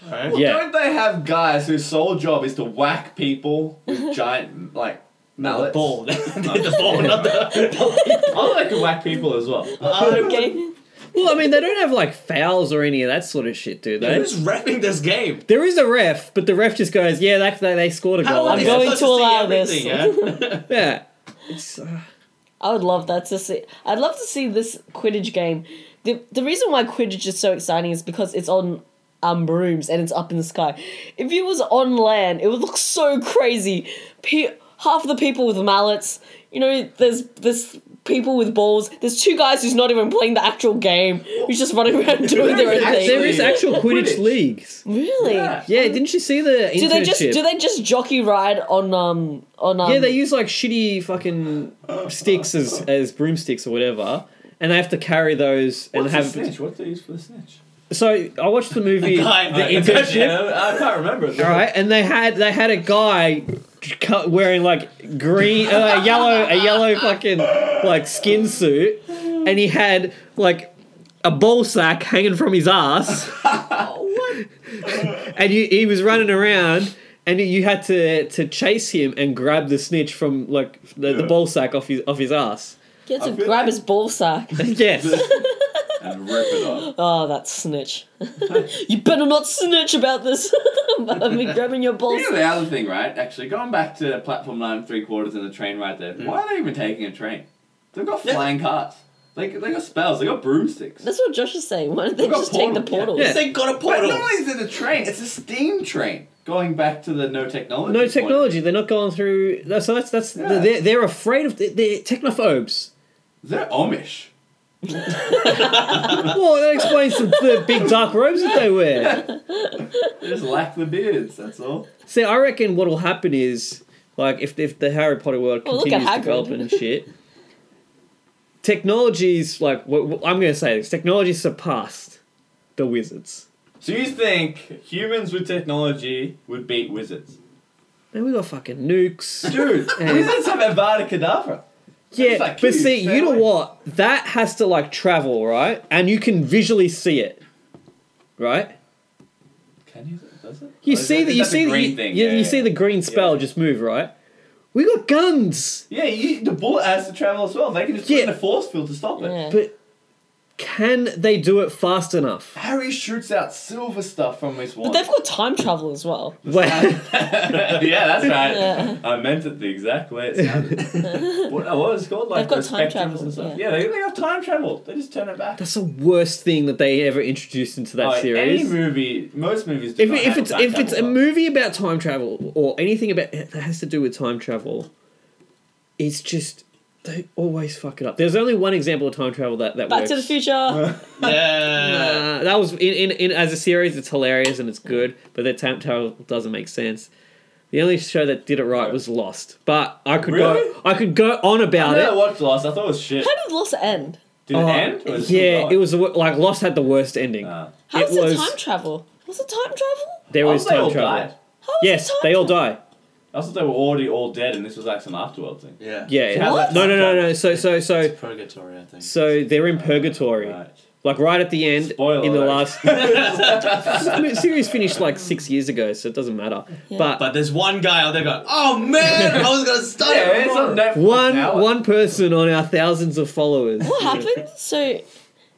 Speaker 2: right?
Speaker 3: Yeah.
Speaker 4: Don't they have guys whose sole job is to whack people with giant like
Speaker 2: The
Speaker 4: mallets?
Speaker 2: ball. the ball, not the...
Speaker 4: Oh, they can whack people as well.
Speaker 5: okay.
Speaker 3: Well, I mean, they don't have like fouls or any of that sort of shit, do they?
Speaker 2: Who's repping this game?
Speaker 3: There is a ref, but the ref just goes, "Yeah, that they, they scored a
Speaker 2: How
Speaker 3: goal."
Speaker 2: are
Speaker 5: I'm
Speaker 2: they
Speaker 5: going
Speaker 2: supposed
Speaker 5: to
Speaker 2: see
Speaker 5: allow this.
Speaker 2: everything, yeah?
Speaker 3: yeah, it's uh,
Speaker 5: I would love that to see. I'd love to see this Quidditch game. The, the reason why Quidditch is so exciting is because it's on um, brooms and it's up in the sky. If it was on land, it would look so crazy. Pe- half the people with mallets, you know, there's there's people with balls. There's two guys who's not even playing the actual game, who's just running around doing their own
Speaker 4: actually-
Speaker 3: There
Speaker 5: thing.
Speaker 3: is actual Quidditch leagues.
Speaker 5: Really?
Speaker 4: Yeah.
Speaker 3: Yeah, didn't you see the internship?
Speaker 5: Do they just do they just jockey ride on um on um
Speaker 3: yeah, they use like shitty fucking sticks as as broomsticks or whatever, and they have to carry those and
Speaker 4: What's the
Speaker 3: have.
Speaker 4: snitch? What do they use for the snitch?
Speaker 3: So I watched the movie
Speaker 2: The guy-
Speaker 3: The
Speaker 2: I- I
Speaker 4: I
Speaker 2: Internship?
Speaker 4: can't- I can't remember. it.
Speaker 3: All right, and they had they had a guy cut- wearing like green, uh, a yellow, a yellow fucking like skin suit, and he had like a ball sack hanging from his ass, and you, he was running around, and you had to to chase him and grab the snitch from like the, the
Speaker 4: Yeah.
Speaker 3: ball sack off his off his ass.
Speaker 5: He had to
Speaker 4: I feel-
Speaker 5: grab his ball sack.
Speaker 3: yes,
Speaker 4: and rip it up.
Speaker 5: Oh, that snitch. you better not snitch about this. about me grabbing your ball
Speaker 4: You
Speaker 5: sack.
Speaker 4: know the other thing, right? Actually, going back to platform nine, three quarters, and the train right there.
Speaker 3: Mm.
Speaker 4: Why are they even taking a train? They've got
Speaker 2: Yeah.
Speaker 4: flying cars. They they got spells. They got broomsticks.
Speaker 5: That's what Josh is saying. Why don't they
Speaker 4: We've got
Speaker 5: just take the
Speaker 4: portal.
Speaker 5: portal?
Speaker 3: Yeah.
Speaker 2: They got a
Speaker 4: But
Speaker 2: portal.
Speaker 4: not only is it a train, it's a steam train. Going back to the no technology.
Speaker 3: no
Speaker 4: point.
Speaker 3: technology. They're not going through. no, So that's that's
Speaker 4: Yeah.
Speaker 3: they're they're afraid of they're- they're technophobes.
Speaker 4: They're Amish.
Speaker 3: Well, that explains the, the big dark robes that they wear.
Speaker 4: They just lack the beards. That's all.
Speaker 3: See, I reckon what will happen is, like, if, if the Harry Potter world
Speaker 5: Well, look at
Speaker 3: continues
Speaker 5: Hagrid.
Speaker 3: developing and shit, technology's like, wh- wh- I'm going to say this, technology surpassed the wizards.
Speaker 4: So you think humans with technology would beat wizards?
Speaker 3: Man, we got fucking nukes.
Speaker 4: Dude, wizards have Avada Kedavra.
Speaker 3: yeah,
Speaker 4: It's like
Speaker 3: but
Speaker 4: huge,
Speaker 3: see, you know
Speaker 4: family.
Speaker 3: what? That has to like travel, right? And you can visually see it, right?
Speaker 4: Can you? Does it?
Speaker 3: You
Speaker 4: Or Oh, is
Speaker 3: see that you
Speaker 4: that's a
Speaker 3: see the
Speaker 4: green
Speaker 3: you,
Speaker 4: thing.
Speaker 3: you,
Speaker 4: yeah,
Speaker 3: you
Speaker 4: yeah.
Speaker 3: see the green spell
Speaker 4: Yeah.
Speaker 3: just move, right? We got guns.
Speaker 4: Yeah, you, the bullet has to travel as well. They can just put
Speaker 3: Yeah.
Speaker 4: in a force field to stop it.
Speaker 5: Yeah.
Speaker 3: But can they do it fast enough?
Speaker 4: Harry shoots out silver stuff from his
Speaker 5: But
Speaker 4: wand.
Speaker 5: they've got time travel as well.
Speaker 3: Well,
Speaker 4: yeah, that's right.
Speaker 5: Yeah.
Speaker 4: I meant it the exact way it sounded. what, what was it called? Like
Speaker 5: They've got
Speaker 4: the
Speaker 5: time
Speaker 4: spectrums
Speaker 5: travel,
Speaker 4: and stuff.
Speaker 5: yeah.
Speaker 4: Yeah, they, they have time travel. They just turn it back.
Speaker 3: that's the worst thing that they ever introduced into that
Speaker 4: Oh,
Speaker 3: series.
Speaker 4: Any movie, most movies. Do
Speaker 3: if,
Speaker 4: not
Speaker 3: if
Speaker 4: handle
Speaker 3: it's
Speaker 4: time
Speaker 3: if it's a
Speaker 4: travel
Speaker 3: movie about time travel or anything about that has to do with time travel, it's just they always fuck it up. There's only one example of time travel that that
Speaker 5: Back
Speaker 3: works.
Speaker 5: to the future.
Speaker 2: yeah.
Speaker 3: Uh, that was in, in, in as a series. It's hilarious and it's good, but their time travel doesn't make sense. The only show that did it right was Lost, but I could
Speaker 4: Really?
Speaker 3: go I could go on
Speaker 4: well.
Speaker 3: about
Speaker 4: I never
Speaker 3: it.
Speaker 4: watched Lost. I thought it was shit.
Speaker 5: How did Lost end?
Speaker 4: Did it
Speaker 3: Uh,
Speaker 4: end? Or still
Speaker 3: yeah,
Speaker 4: going?
Speaker 3: it was the wor- like Lost had the worst ending.
Speaker 4: Uh,
Speaker 5: How
Speaker 3: It
Speaker 5: was it
Speaker 3: was-
Speaker 5: time travel? Was it time travel?
Speaker 3: there
Speaker 4: I oh,
Speaker 3: was
Speaker 4: thought they
Speaker 3: time
Speaker 4: all
Speaker 3: travel.
Speaker 4: died.
Speaker 5: How was it
Speaker 3: Yes,
Speaker 5: time
Speaker 3: they all
Speaker 5: travel?
Speaker 3: die.
Speaker 4: I thought they were already all dead, and this was like some afterworld thing.
Speaker 2: Yeah.
Speaker 3: Yeah. it has that-
Speaker 5: What?
Speaker 3: No, no, no, no. So, so, so,
Speaker 2: It's purgatory, I think.
Speaker 3: so they're in purgatory,
Speaker 4: Right.
Speaker 3: like right at the end
Speaker 4: Spoiler
Speaker 3: in the
Speaker 4: alert.
Speaker 3: last. The series finished like six years ago, so it doesn't matter.
Speaker 5: Yeah.
Speaker 3: But,
Speaker 2: But there's one guy out there going, "Oh man, I was gonna start
Speaker 4: Oh, Yeah,
Speaker 2: it."
Speaker 4: it's
Speaker 2: tomorrow."
Speaker 4: on Netflix
Speaker 3: one
Speaker 4: now.
Speaker 3: one person on our thousands of followers.
Speaker 5: What happened? So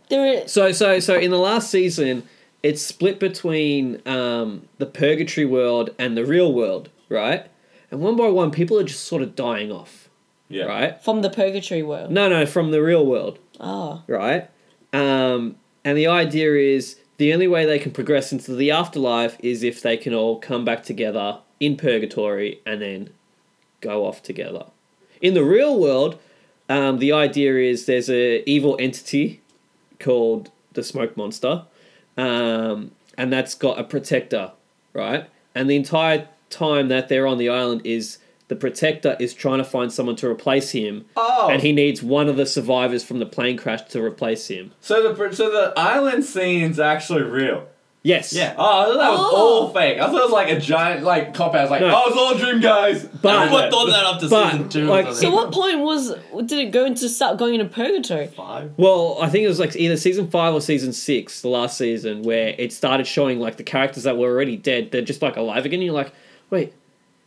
Speaker 5: there were
Speaker 3: So, so, so in the last season, it's split between um, the purgatory world and the real world, right? And one by one, people are just sort of dying off,
Speaker 4: Yeah.
Speaker 3: right?
Speaker 5: from the purgatory world.
Speaker 3: No, no, from the real world.
Speaker 5: Oh.
Speaker 3: right? Um, and the idea is the only way they can progress into the afterlife is if they can all come back together in purgatory and then go off together. In the real world, um, the idea is there's a evil entity called the Smoke Monster, um, and that's got a protector, right? And the entire time that they're on the island is the protector is trying to find someone to replace him
Speaker 4: Oh.
Speaker 3: and he needs one of the survivors from the plane crash to replace him.
Speaker 4: So the so the island scene's actually real.
Speaker 3: Yes.
Speaker 2: Yeah.
Speaker 4: Oh, I thought that was
Speaker 5: Oh.
Speaker 4: all fake. I thought it was like a giant like cop out. Like,
Speaker 3: No.
Speaker 4: oh, it's all a dream, guys.
Speaker 3: But-
Speaker 2: Everyone thought that after
Speaker 3: But,
Speaker 2: season two.
Speaker 3: like,
Speaker 2: was
Speaker 5: So what point was did it go into start going into purgatory?
Speaker 2: Five.
Speaker 3: Well, I think it was like either season five or season six, the last season, where it started showing like the characters that were already dead, they're just like alive again. You're like, wait,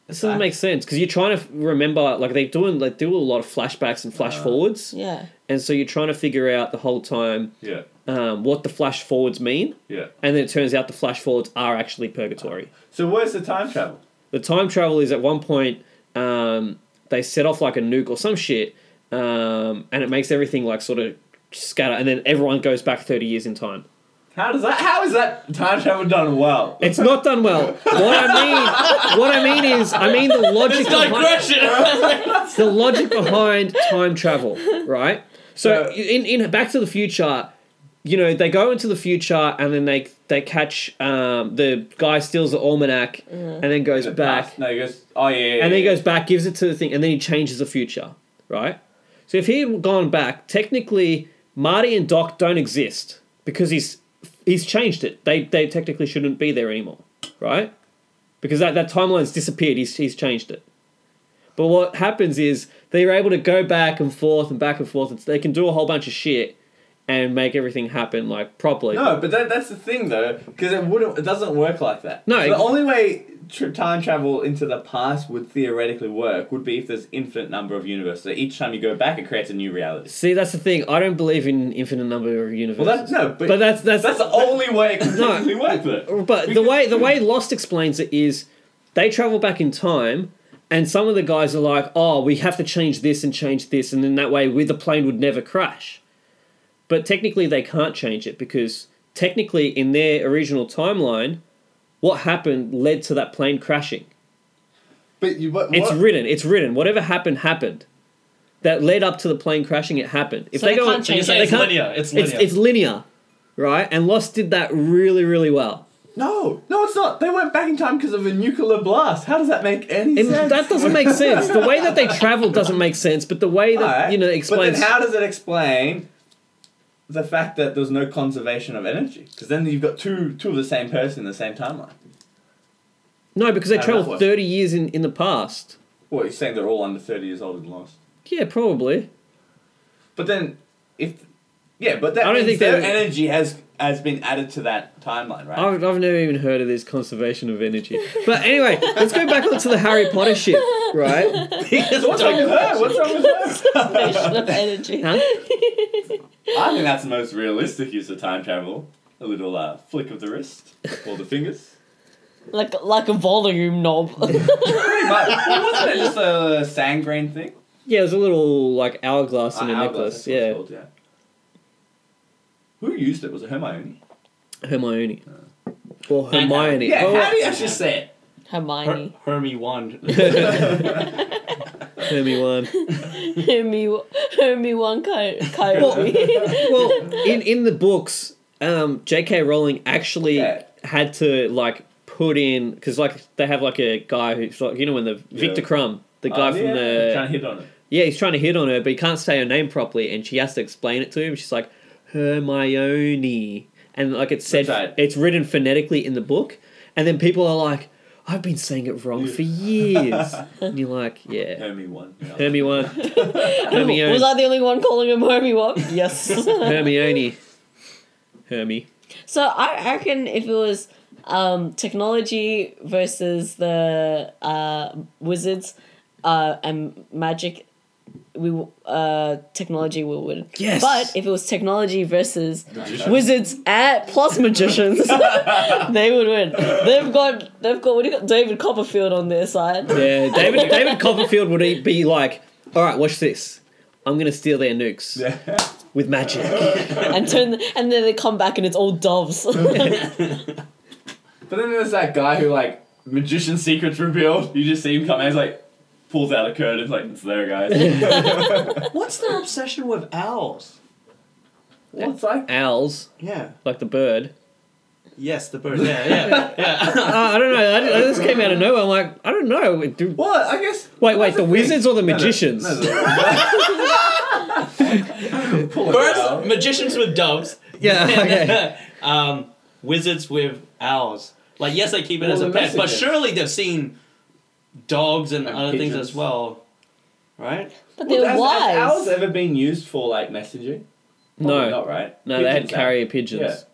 Speaker 3: this doesn't
Speaker 2: Back.
Speaker 3: make sense because you're trying to f- remember. Like they're doing, like do a lot of flashbacks and flash forwards,
Speaker 5: Yeah.
Speaker 3: and so you're trying to figure out the whole time
Speaker 4: Yeah,
Speaker 3: um, what the flash forwards mean,
Speaker 4: yeah.
Speaker 3: and then it turns out the flash forwards are actually purgatory.
Speaker 4: So where's the time travel?
Speaker 3: The time travel is at one point um, they set off like a nuke or some shit, um, and it makes everything like sort of scatter, and then everyone goes back thirty years in time.
Speaker 4: How does that? How is that time travel done well?
Speaker 3: It's not done well. What I mean, what I mean is, I mean the logic.
Speaker 2: It's
Speaker 3: behind-
Speaker 2: digression.
Speaker 3: the logic behind time travel, right? So in, in Back to the Future, you know, they go into the future and then they they catch um, the guy steals the almanac and then goes
Speaker 4: Is it
Speaker 3: back
Speaker 4: past? No, he goes. Oh yeah. yeah,
Speaker 3: and then he
Speaker 4: yeah.
Speaker 3: goes back, gives it to the thing, and then he changes the future, right? So if he had gone back, technically Marty and Doc don't exist because he's he's changed it. They they technically shouldn't be there anymore, right? Because that, that timeline's disappeared. He's he's changed it. But what happens is they're able to go back and forth and back and forth. It's, they can do a whole bunch of shit and make everything happen like properly.
Speaker 4: No, but that, that's the thing though, because it wouldn't. It doesn't work like that.
Speaker 3: No,
Speaker 4: So
Speaker 3: it-
Speaker 4: the only way tr time travel into the past would theoretically work would be if there's infinite number of universes. So each time you go back, it creates a new reality.
Speaker 3: See, that's the thing. I don't believe in infinite number of
Speaker 4: Well,
Speaker 3: universes.
Speaker 4: that's no, but,
Speaker 3: but that's that's
Speaker 4: that's the only way it could
Speaker 3: No.
Speaker 4: technically work. Though.
Speaker 3: But the way the way Lost explains it is they travel back in time and some of the guys are like, "Oh, we have to change this and change this and then that way we, the plane would never crash." But technically they can't change it because technically in their original timeline what happened led to that plane crashing.
Speaker 4: But you, but
Speaker 3: It's written, it's written. Whatever happened happened. That led up to the plane crashing, it happened. If
Speaker 5: So they
Speaker 3: go
Speaker 5: can't change
Speaker 2: You're
Speaker 5: it.
Speaker 2: saying
Speaker 3: They
Speaker 2: it's
Speaker 3: can't-
Speaker 2: linear. It's
Speaker 3: it's,
Speaker 2: linear.
Speaker 3: it's linear, right? And Lost did that really really well.
Speaker 4: no, no, it's not. They went back in time because of a nuclear blast. How does that make any
Speaker 3: It-
Speaker 4: sense?
Speaker 3: that doesn't make sense. The way that they travel doesn't make sense, but the way that
Speaker 4: Alright,
Speaker 3: you know it explains
Speaker 4: But then how does it explain the fact that there's no conservation of energy? Because then you've got two two of the same person in the same timeline.
Speaker 3: no, because they
Speaker 4: how Oh, that
Speaker 3: travel
Speaker 4: works.
Speaker 3: thirty years in, in the past.
Speaker 4: What you're saying they're all under thirty years old and lost.
Speaker 3: Yeah, probably.
Speaker 4: But then, if yeah, but that
Speaker 3: I don't
Speaker 4: means
Speaker 3: think
Speaker 4: their
Speaker 3: they-
Speaker 4: energy has has been added to that timeline, right?
Speaker 3: I've, I've never even heard of this conservation of energy. But anyway, let's go back onto the Harry Potter shit, right?
Speaker 4: so what's wrong with her? What's wrong with her?
Speaker 5: Conservation of energy.
Speaker 3: Huh?
Speaker 4: I think that's the most realistic use of time travel. A little uh, flick of the wrist or the fingers.
Speaker 5: Like like a volume knob.
Speaker 4: Pretty much. Well, wasn't it just a sanguine thing?
Speaker 3: Yeah, there's a little like hourglass in a
Speaker 4: Ah,
Speaker 3: necklace.
Speaker 4: hourglass, that's what it's
Speaker 3: Yeah,
Speaker 4: called, yeah. Who used it? Was it Hermione?
Speaker 3: Hermione. Or
Speaker 2: I know.
Speaker 3: Hermione.
Speaker 4: Uh. Yeah,
Speaker 3: Oh,
Speaker 4: how do you actually say it?
Speaker 2: Her-
Speaker 5: Hermione.
Speaker 2: Hermy one.
Speaker 3: Hermione.
Speaker 5: Hermi Hermi one coy- coyote.
Speaker 3: well, in in the books, um, J.K. Rowling actually
Speaker 4: Yeah.
Speaker 3: had to like put in because like they have like a guy who's like you know when the Victor
Speaker 4: Yeah.
Speaker 3: Crumb, the guy
Speaker 4: Oh,
Speaker 3: from
Speaker 4: yeah.
Speaker 3: the
Speaker 4: Trying to hit on it.
Speaker 3: yeah, he's trying to hit on her, but he can't say her name properly, and she has to explain it to him. She's like Hermione, and like it's said,
Speaker 4: That's right.
Speaker 3: it's written phonetically in the book, and then people are like, "I've been saying it wrong for years," and you're like, "Yeah,
Speaker 4: Hermione one. Yeah.
Speaker 3: Hermione, Hermione,
Speaker 5: Was I the only one calling him Hermi one? Yes.
Speaker 3: Hermione, Hermione."
Speaker 5: so I reckon if it was um, technology versus the uh, wizards uh, and magic, we w- uh, technology will win.
Speaker 3: Yes.
Speaker 5: But if it was technology versus
Speaker 4: Magician.
Speaker 5: wizards at plus magicians, they would win. They've got they've got what do you got? David Copperfield on their side.
Speaker 3: Yeah, David David Copperfield would be like, "All right, watch this. I'm gonna steal their nukes
Speaker 4: Yeah.
Speaker 3: with magic."
Speaker 5: and turn and then they come back and it's all doves.
Speaker 4: But then there's that guy who like magician secrets revealed. You just see him come in, he's like pulls out a curtain, like it's there, guys.
Speaker 2: What's their obsession with owls?
Speaker 4: What's like?
Speaker 3: Owls,
Speaker 2: Yeah.
Speaker 3: like the bird.
Speaker 2: Yes, the bird. Yeah, yeah, yeah.
Speaker 3: Uh, I don't know. That, that just came out of nowhere. I'm like, I don't know. It- do-
Speaker 4: Well, I guess.
Speaker 3: Wait, wait, the
Speaker 4: thing.
Speaker 3: wizards or the
Speaker 4: No, no,
Speaker 3: magicians?
Speaker 4: no, no. Pull it out.
Speaker 2: Birds, magicians with doves.
Speaker 3: Yeah, okay.
Speaker 2: um, wizards with owls. Like yes, they keep it
Speaker 4: Well,
Speaker 2: as a
Speaker 4: they're
Speaker 2: pet, but
Speaker 4: Mexicans.
Speaker 2: surely they've seen dogs and,
Speaker 4: And
Speaker 2: other things
Speaker 4: pigeons.
Speaker 2: as well, right?
Speaker 5: but
Speaker 4: Well,
Speaker 5: they're
Speaker 4: has- Has owls
Speaker 5: wise.
Speaker 4: ever been used for like messaging? Probably
Speaker 3: no,
Speaker 4: not right.
Speaker 3: no, they had
Speaker 4: Pigeons,
Speaker 3: carrier
Speaker 4: Yeah.
Speaker 3: pigeons,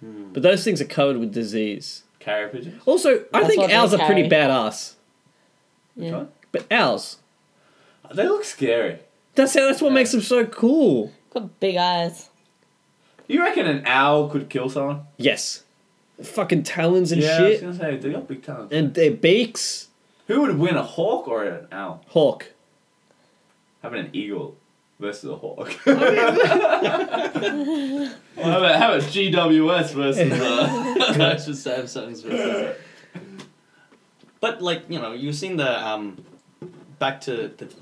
Speaker 5: Hmm.
Speaker 3: but those things are covered with disease.
Speaker 4: Carrier pigeons.
Speaker 3: Also, I
Speaker 5: That's
Speaker 3: think
Speaker 5: what they
Speaker 3: owls are pretty
Speaker 5: carry.
Speaker 3: badass.
Speaker 5: Yeah.
Speaker 4: Right?
Speaker 3: But owls,
Speaker 4: They look scary.
Speaker 3: that's how, that's what makes them so cool.
Speaker 5: Got big eyes.
Speaker 4: You reckon an owl could kill someone?
Speaker 3: Yes, fucking talons and
Speaker 4: yeah,
Speaker 3: shit,
Speaker 4: I was gonna say they got big tongues.
Speaker 3: and their beaks.
Speaker 4: Who would win, a hawk or an owl?
Speaker 3: Hawk.
Speaker 4: Having an eagle versus a hawk. Well, how, about, how about GWS versus uh,
Speaker 2: versus Samsung's versus. But like you know, you've seen the um, back to the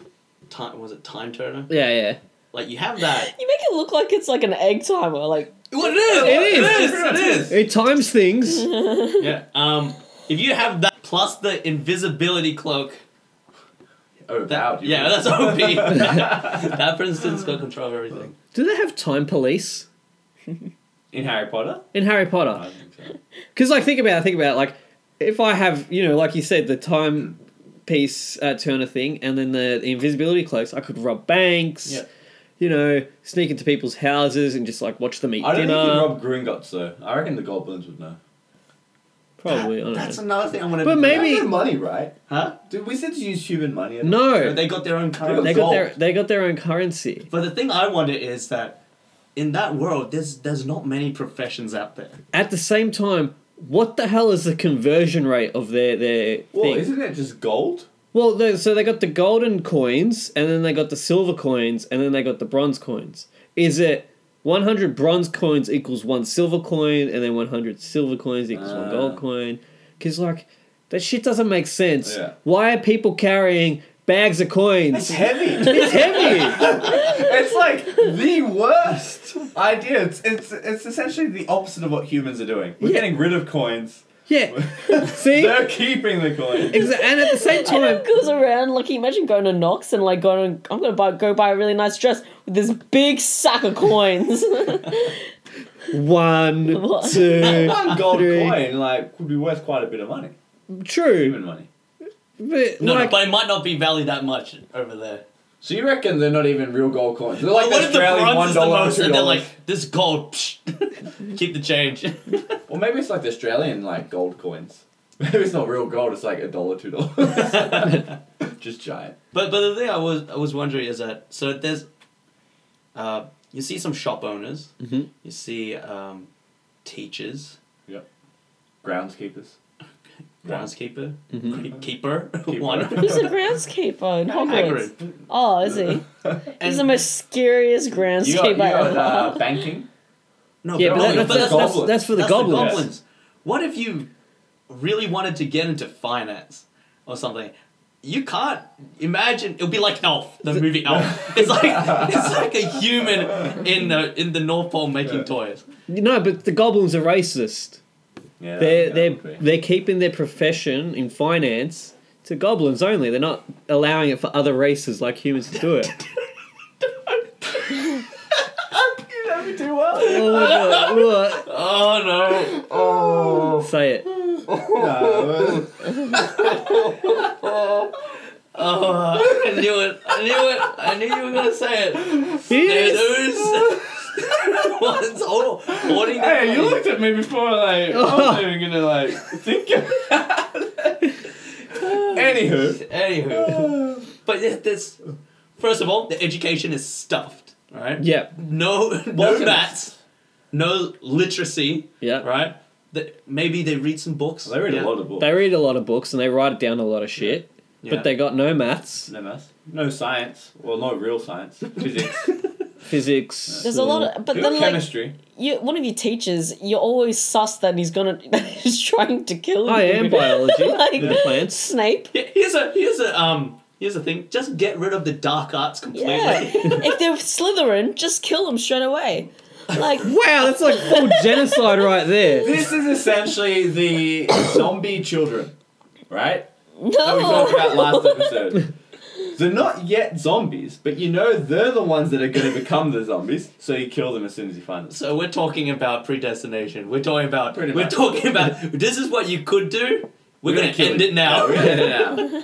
Speaker 2: time was it time turner?
Speaker 3: Yeah, yeah.
Speaker 2: Like you have that.
Speaker 5: You make it look like it's like an egg timer. Like
Speaker 2: Well, it is.
Speaker 3: It is.
Speaker 2: It is. It
Speaker 3: It times things.
Speaker 2: is. Yeah. Um, if you have that plus the invisibility cloak,
Speaker 4: Oh,
Speaker 2: that
Speaker 4: wow, do you
Speaker 2: yeah,
Speaker 4: really-
Speaker 2: that's OP. that, for instance, got control of everything.
Speaker 3: Do they have time police
Speaker 4: in Harry Potter.
Speaker 3: in Harry
Speaker 4: I
Speaker 3: Potter?
Speaker 4: don't think so.
Speaker 3: Because like, think about, it, think about, it, like, if I have, you know, like you said, the time piece uh, Turner thing, and then the invisibility cloaks, I could rob banks.
Speaker 4: Yeah.
Speaker 3: You know, sneak into people's houses and just like watch them eat
Speaker 4: I don't
Speaker 3: dinner.
Speaker 4: think you rob Gringotts though. I reckon the goblins would know.
Speaker 3: Probably. I don't
Speaker 2: That's
Speaker 3: know.
Speaker 2: another thing I wanted.
Speaker 3: But
Speaker 2: to do.
Speaker 3: maybe-
Speaker 4: They have money, right?
Speaker 2: huh?
Speaker 4: Dude, we said to use human money.
Speaker 3: no,
Speaker 2: But they got their own currency.
Speaker 3: they got their
Speaker 4: gold.
Speaker 3: they got their own currency.
Speaker 2: But the thing I wonder is that in that world, there's there's not many professions out there.
Speaker 3: At the same time, what the hell is the conversion rate of their their
Speaker 4: Well,
Speaker 3: thing?
Speaker 4: isn't it just gold?
Speaker 3: Well, they, so they got the golden coins, and then they got the silver coins, and then they got the bronze coins. Is it 100 bronze coins equals one silver coin, and then 100 silver coins equals one
Speaker 4: Ah.
Speaker 3: gold coin? Because, like, that shit doesn't make sense.
Speaker 4: Yeah.
Speaker 3: Why are people carrying bags of coins?
Speaker 4: It's heavy.
Speaker 3: it's heavy!
Speaker 4: it's like the worst idea. It's, it's it's essentially the opposite of what humans are doing. We're
Speaker 3: Yeah.
Speaker 4: getting rid of coins.
Speaker 3: Yeah. See?
Speaker 4: They're keeping the coins.
Speaker 3: Exa- and at the same
Speaker 5: I know
Speaker 3: time,
Speaker 5: it goes around. Like imagine going to Knox and like going. To, I'm gonna buy, go buy a really nice dress with this big sack of coins.
Speaker 3: one,
Speaker 5: What?
Speaker 3: two,
Speaker 4: One gold
Speaker 3: Three.
Speaker 4: coin like would be worth quite a bit of money.
Speaker 3: true.
Speaker 4: Human money.
Speaker 3: But,
Speaker 2: No, no,
Speaker 3: like,
Speaker 2: but it might not be valued that much over there.
Speaker 4: So you reckon they're not even real gold coins? They're like
Speaker 2: what if the
Speaker 4: Australian
Speaker 2: bronze
Speaker 4: one
Speaker 2: is the
Speaker 4: dollar,
Speaker 2: most,
Speaker 4: two
Speaker 2: and they're
Speaker 4: dollars.
Speaker 2: like, "This gold, psh, keep the change."
Speaker 4: Or maybe it's like the Australian like gold coins. Maybe it's not real gold. It's like a dollar, two dollars.
Speaker 2: but
Speaker 4: Just giant.
Speaker 2: but the thing I was I was wondering is that so there's, uh, you see some shop owners,
Speaker 3: Mhm.
Speaker 2: you see um, teachers,
Speaker 4: Groundskeepers.
Speaker 2: groundskeeper, keep-
Speaker 3: Mhm.
Speaker 2: Mm-hmm. keeper,
Speaker 4: Keeper.
Speaker 2: one.
Speaker 5: Who's a groundskeeper in Hogwarts?
Speaker 2: Hagrid.
Speaker 5: Oh, is he? He's
Speaker 2: And-
Speaker 5: the most scariest
Speaker 4: You got, you
Speaker 5: groundskeeper
Speaker 4: got uh,
Speaker 5: ever.
Speaker 4: banking.
Speaker 2: No,
Speaker 3: yeah, but
Speaker 4: no,
Speaker 3: that,
Speaker 4: no,
Speaker 3: that's, that's, that's,
Speaker 4: goblins.
Speaker 3: that's for the
Speaker 2: That's
Speaker 3: goblins.
Speaker 2: What if you really wanted to get into finance or something? You can't imagine. It'll be like Elf, the movie Elf. It's like it's like a human in the in the North Pole making toys.
Speaker 3: No, but the goblins are racist.
Speaker 4: Yeah,
Speaker 3: They're they're they're keeping their profession in finance to goblins only. They're not allowing it for other races like humans to do it.
Speaker 4: too well.
Speaker 3: oh, no,
Speaker 2: Oh no!
Speaker 3: what? Say it.
Speaker 2: Oh, I knew it! I knew it! I knew you were gonna say it.
Speaker 3: Yes.
Speaker 2: There's one's hor- hoarding the
Speaker 4: hey, you
Speaker 2: coins.
Speaker 4: looked at me before like I wasn't even gonna like think about it.
Speaker 2: Anywho,
Speaker 4: Anywho,
Speaker 2: but yeah, this first of all, the education is stuffed, right?
Speaker 3: Yep.
Speaker 2: no no
Speaker 4: Welcome.
Speaker 2: maths, no literacy,
Speaker 3: Yep.
Speaker 2: right? That maybe they read some books.
Speaker 4: they read
Speaker 2: yeah.
Speaker 4: a lot of books.
Speaker 3: They read a lot of books and they write down a lot of shit,
Speaker 2: Yeah.
Speaker 3: but they got no maths,
Speaker 4: no math, no science. Well, no real science. Physics.
Speaker 3: physics.
Speaker 5: There's a lot of, but
Speaker 4: Good
Speaker 5: then like
Speaker 4: chemistry.
Speaker 5: you, one of your teachers, you're always sus that he's gonna, that he's trying to kill you.
Speaker 3: I am biology.
Speaker 5: like
Speaker 3: The plants.
Speaker 5: Snape.
Speaker 2: Yeah, here's a here's a um here's the thing. Just get rid of the dark arts completely.
Speaker 5: Yeah. if they're Slytherin, just kill them straight away. Like
Speaker 3: Wow, that's like full genocide right there.
Speaker 4: This is essentially the zombie children, right? that we talked about
Speaker 5: no.
Speaker 4: last episode. They're not yet zombies, but you know they're the ones that are going to become the zombies, so you kill them as soon as you find them.
Speaker 2: so we're talking about predestination. We're talking about
Speaker 4: Pretty
Speaker 2: we're
Speaker 4: much.
Speaker 2: talking about this is what you could do. We're, gonna,
Speaker 4: kill
Speaker 2: end
Speaker 4: you.
Speaker 2: it now.
Speaker 4: Yeah, we're gonna end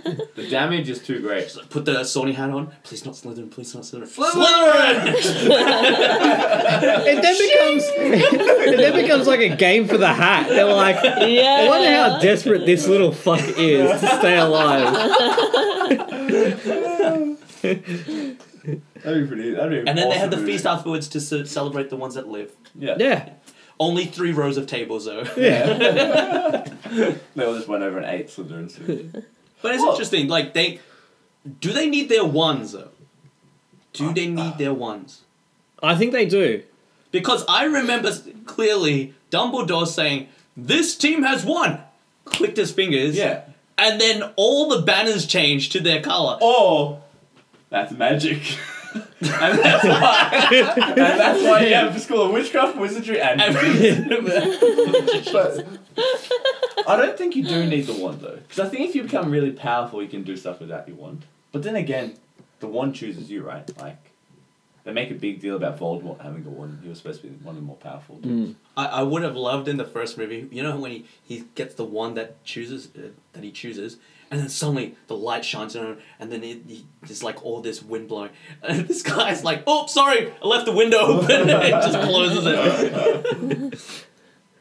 Speaker 4: it now. The damage is too great.
Speaker 2: Put the Sony hat on. Please not Slytherin. Please not Slytherin.
Speaker 4: Slytherin!
Speaker 3: It then becomes it then becomes like a game for the hat. They're like,
Speaker 5: Yeah.
Speaker 3: I wonder how desperate this little fuck is to stay alive.
Speaker 4: That'd be pretty. That'd be
Speaker 2: And then they have the
Speaker 4: awesome
Speaker 2: feast
Speaker 4: movie.
Speaker 2: afterwards to ce- celebrate the ones that live.
Speaker 4: Yeah.
Speaker 3: Yeah.
Speaker 2: Only three rows of tables though.
Speaker 4: They all just went over and ate Slytherin. soup.
Speaker 2: But it's
Speaker 4: Well-
Speaker 2: interesting. Like they, do they need their ones though? do they need their ones?
Speaker 3: I think they do.
Speaker 2: Because I remember s- clearly Dumbledore saying, "This team has won." Clicked his fingers.
Speaker 4: Yeah.
Speaker 2: And then all the banners changed to their color.
Speaker 4: Or that's magic. and that's why and that's why you have the school of witchcraft, wizardry, and but I don't think you do need the wand though, because I think if you become really powerful, you can do stuff without your wand. But then again, the wand chooses you, right? Like they make a big deal about Voldemort having a wand. He was supposed to be one of the more powerful. dudes.
Speaker 2: I, I would have loved in the first movie, you know, when he, he gets the one that chooses uh, that he chooses, and then suddenly the light shines on him, and then it, he, there's like all this wind blowing, and this guy's like, "Oh, sorry, I left the window open," and it just closes it.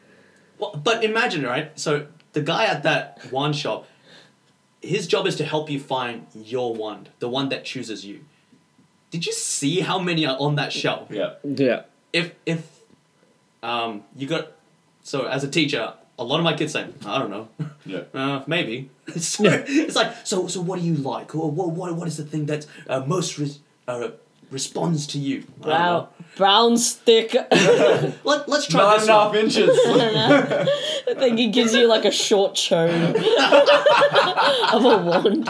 Speaker 2: well, but imagine, right? So the guy at that wand shop, his job is to help you find your wand, the one that chooses you. Did you see how many are on that shelf?
Speaker 4: Yeah.
Speaker 3: Yeah.
Speaker 2: if if um you got so as a teacher a lot of my kids say i don't know
Speaker 4: Yeah.
Speaker 2: uh, maybe so it's like so so what do you like or what what, what is the thing that uh, most res- uh, responds to you I don't
Speaker 5: Wow. Brown stick. I
Speaker 2: know. Let, let's try
Speaker 4: Not
Speaker 2: this
Speaker 4: enough
Speaker 2: one.
Speaker 4: inches.
Speaker 5: think it gives you like a short chone of a wand.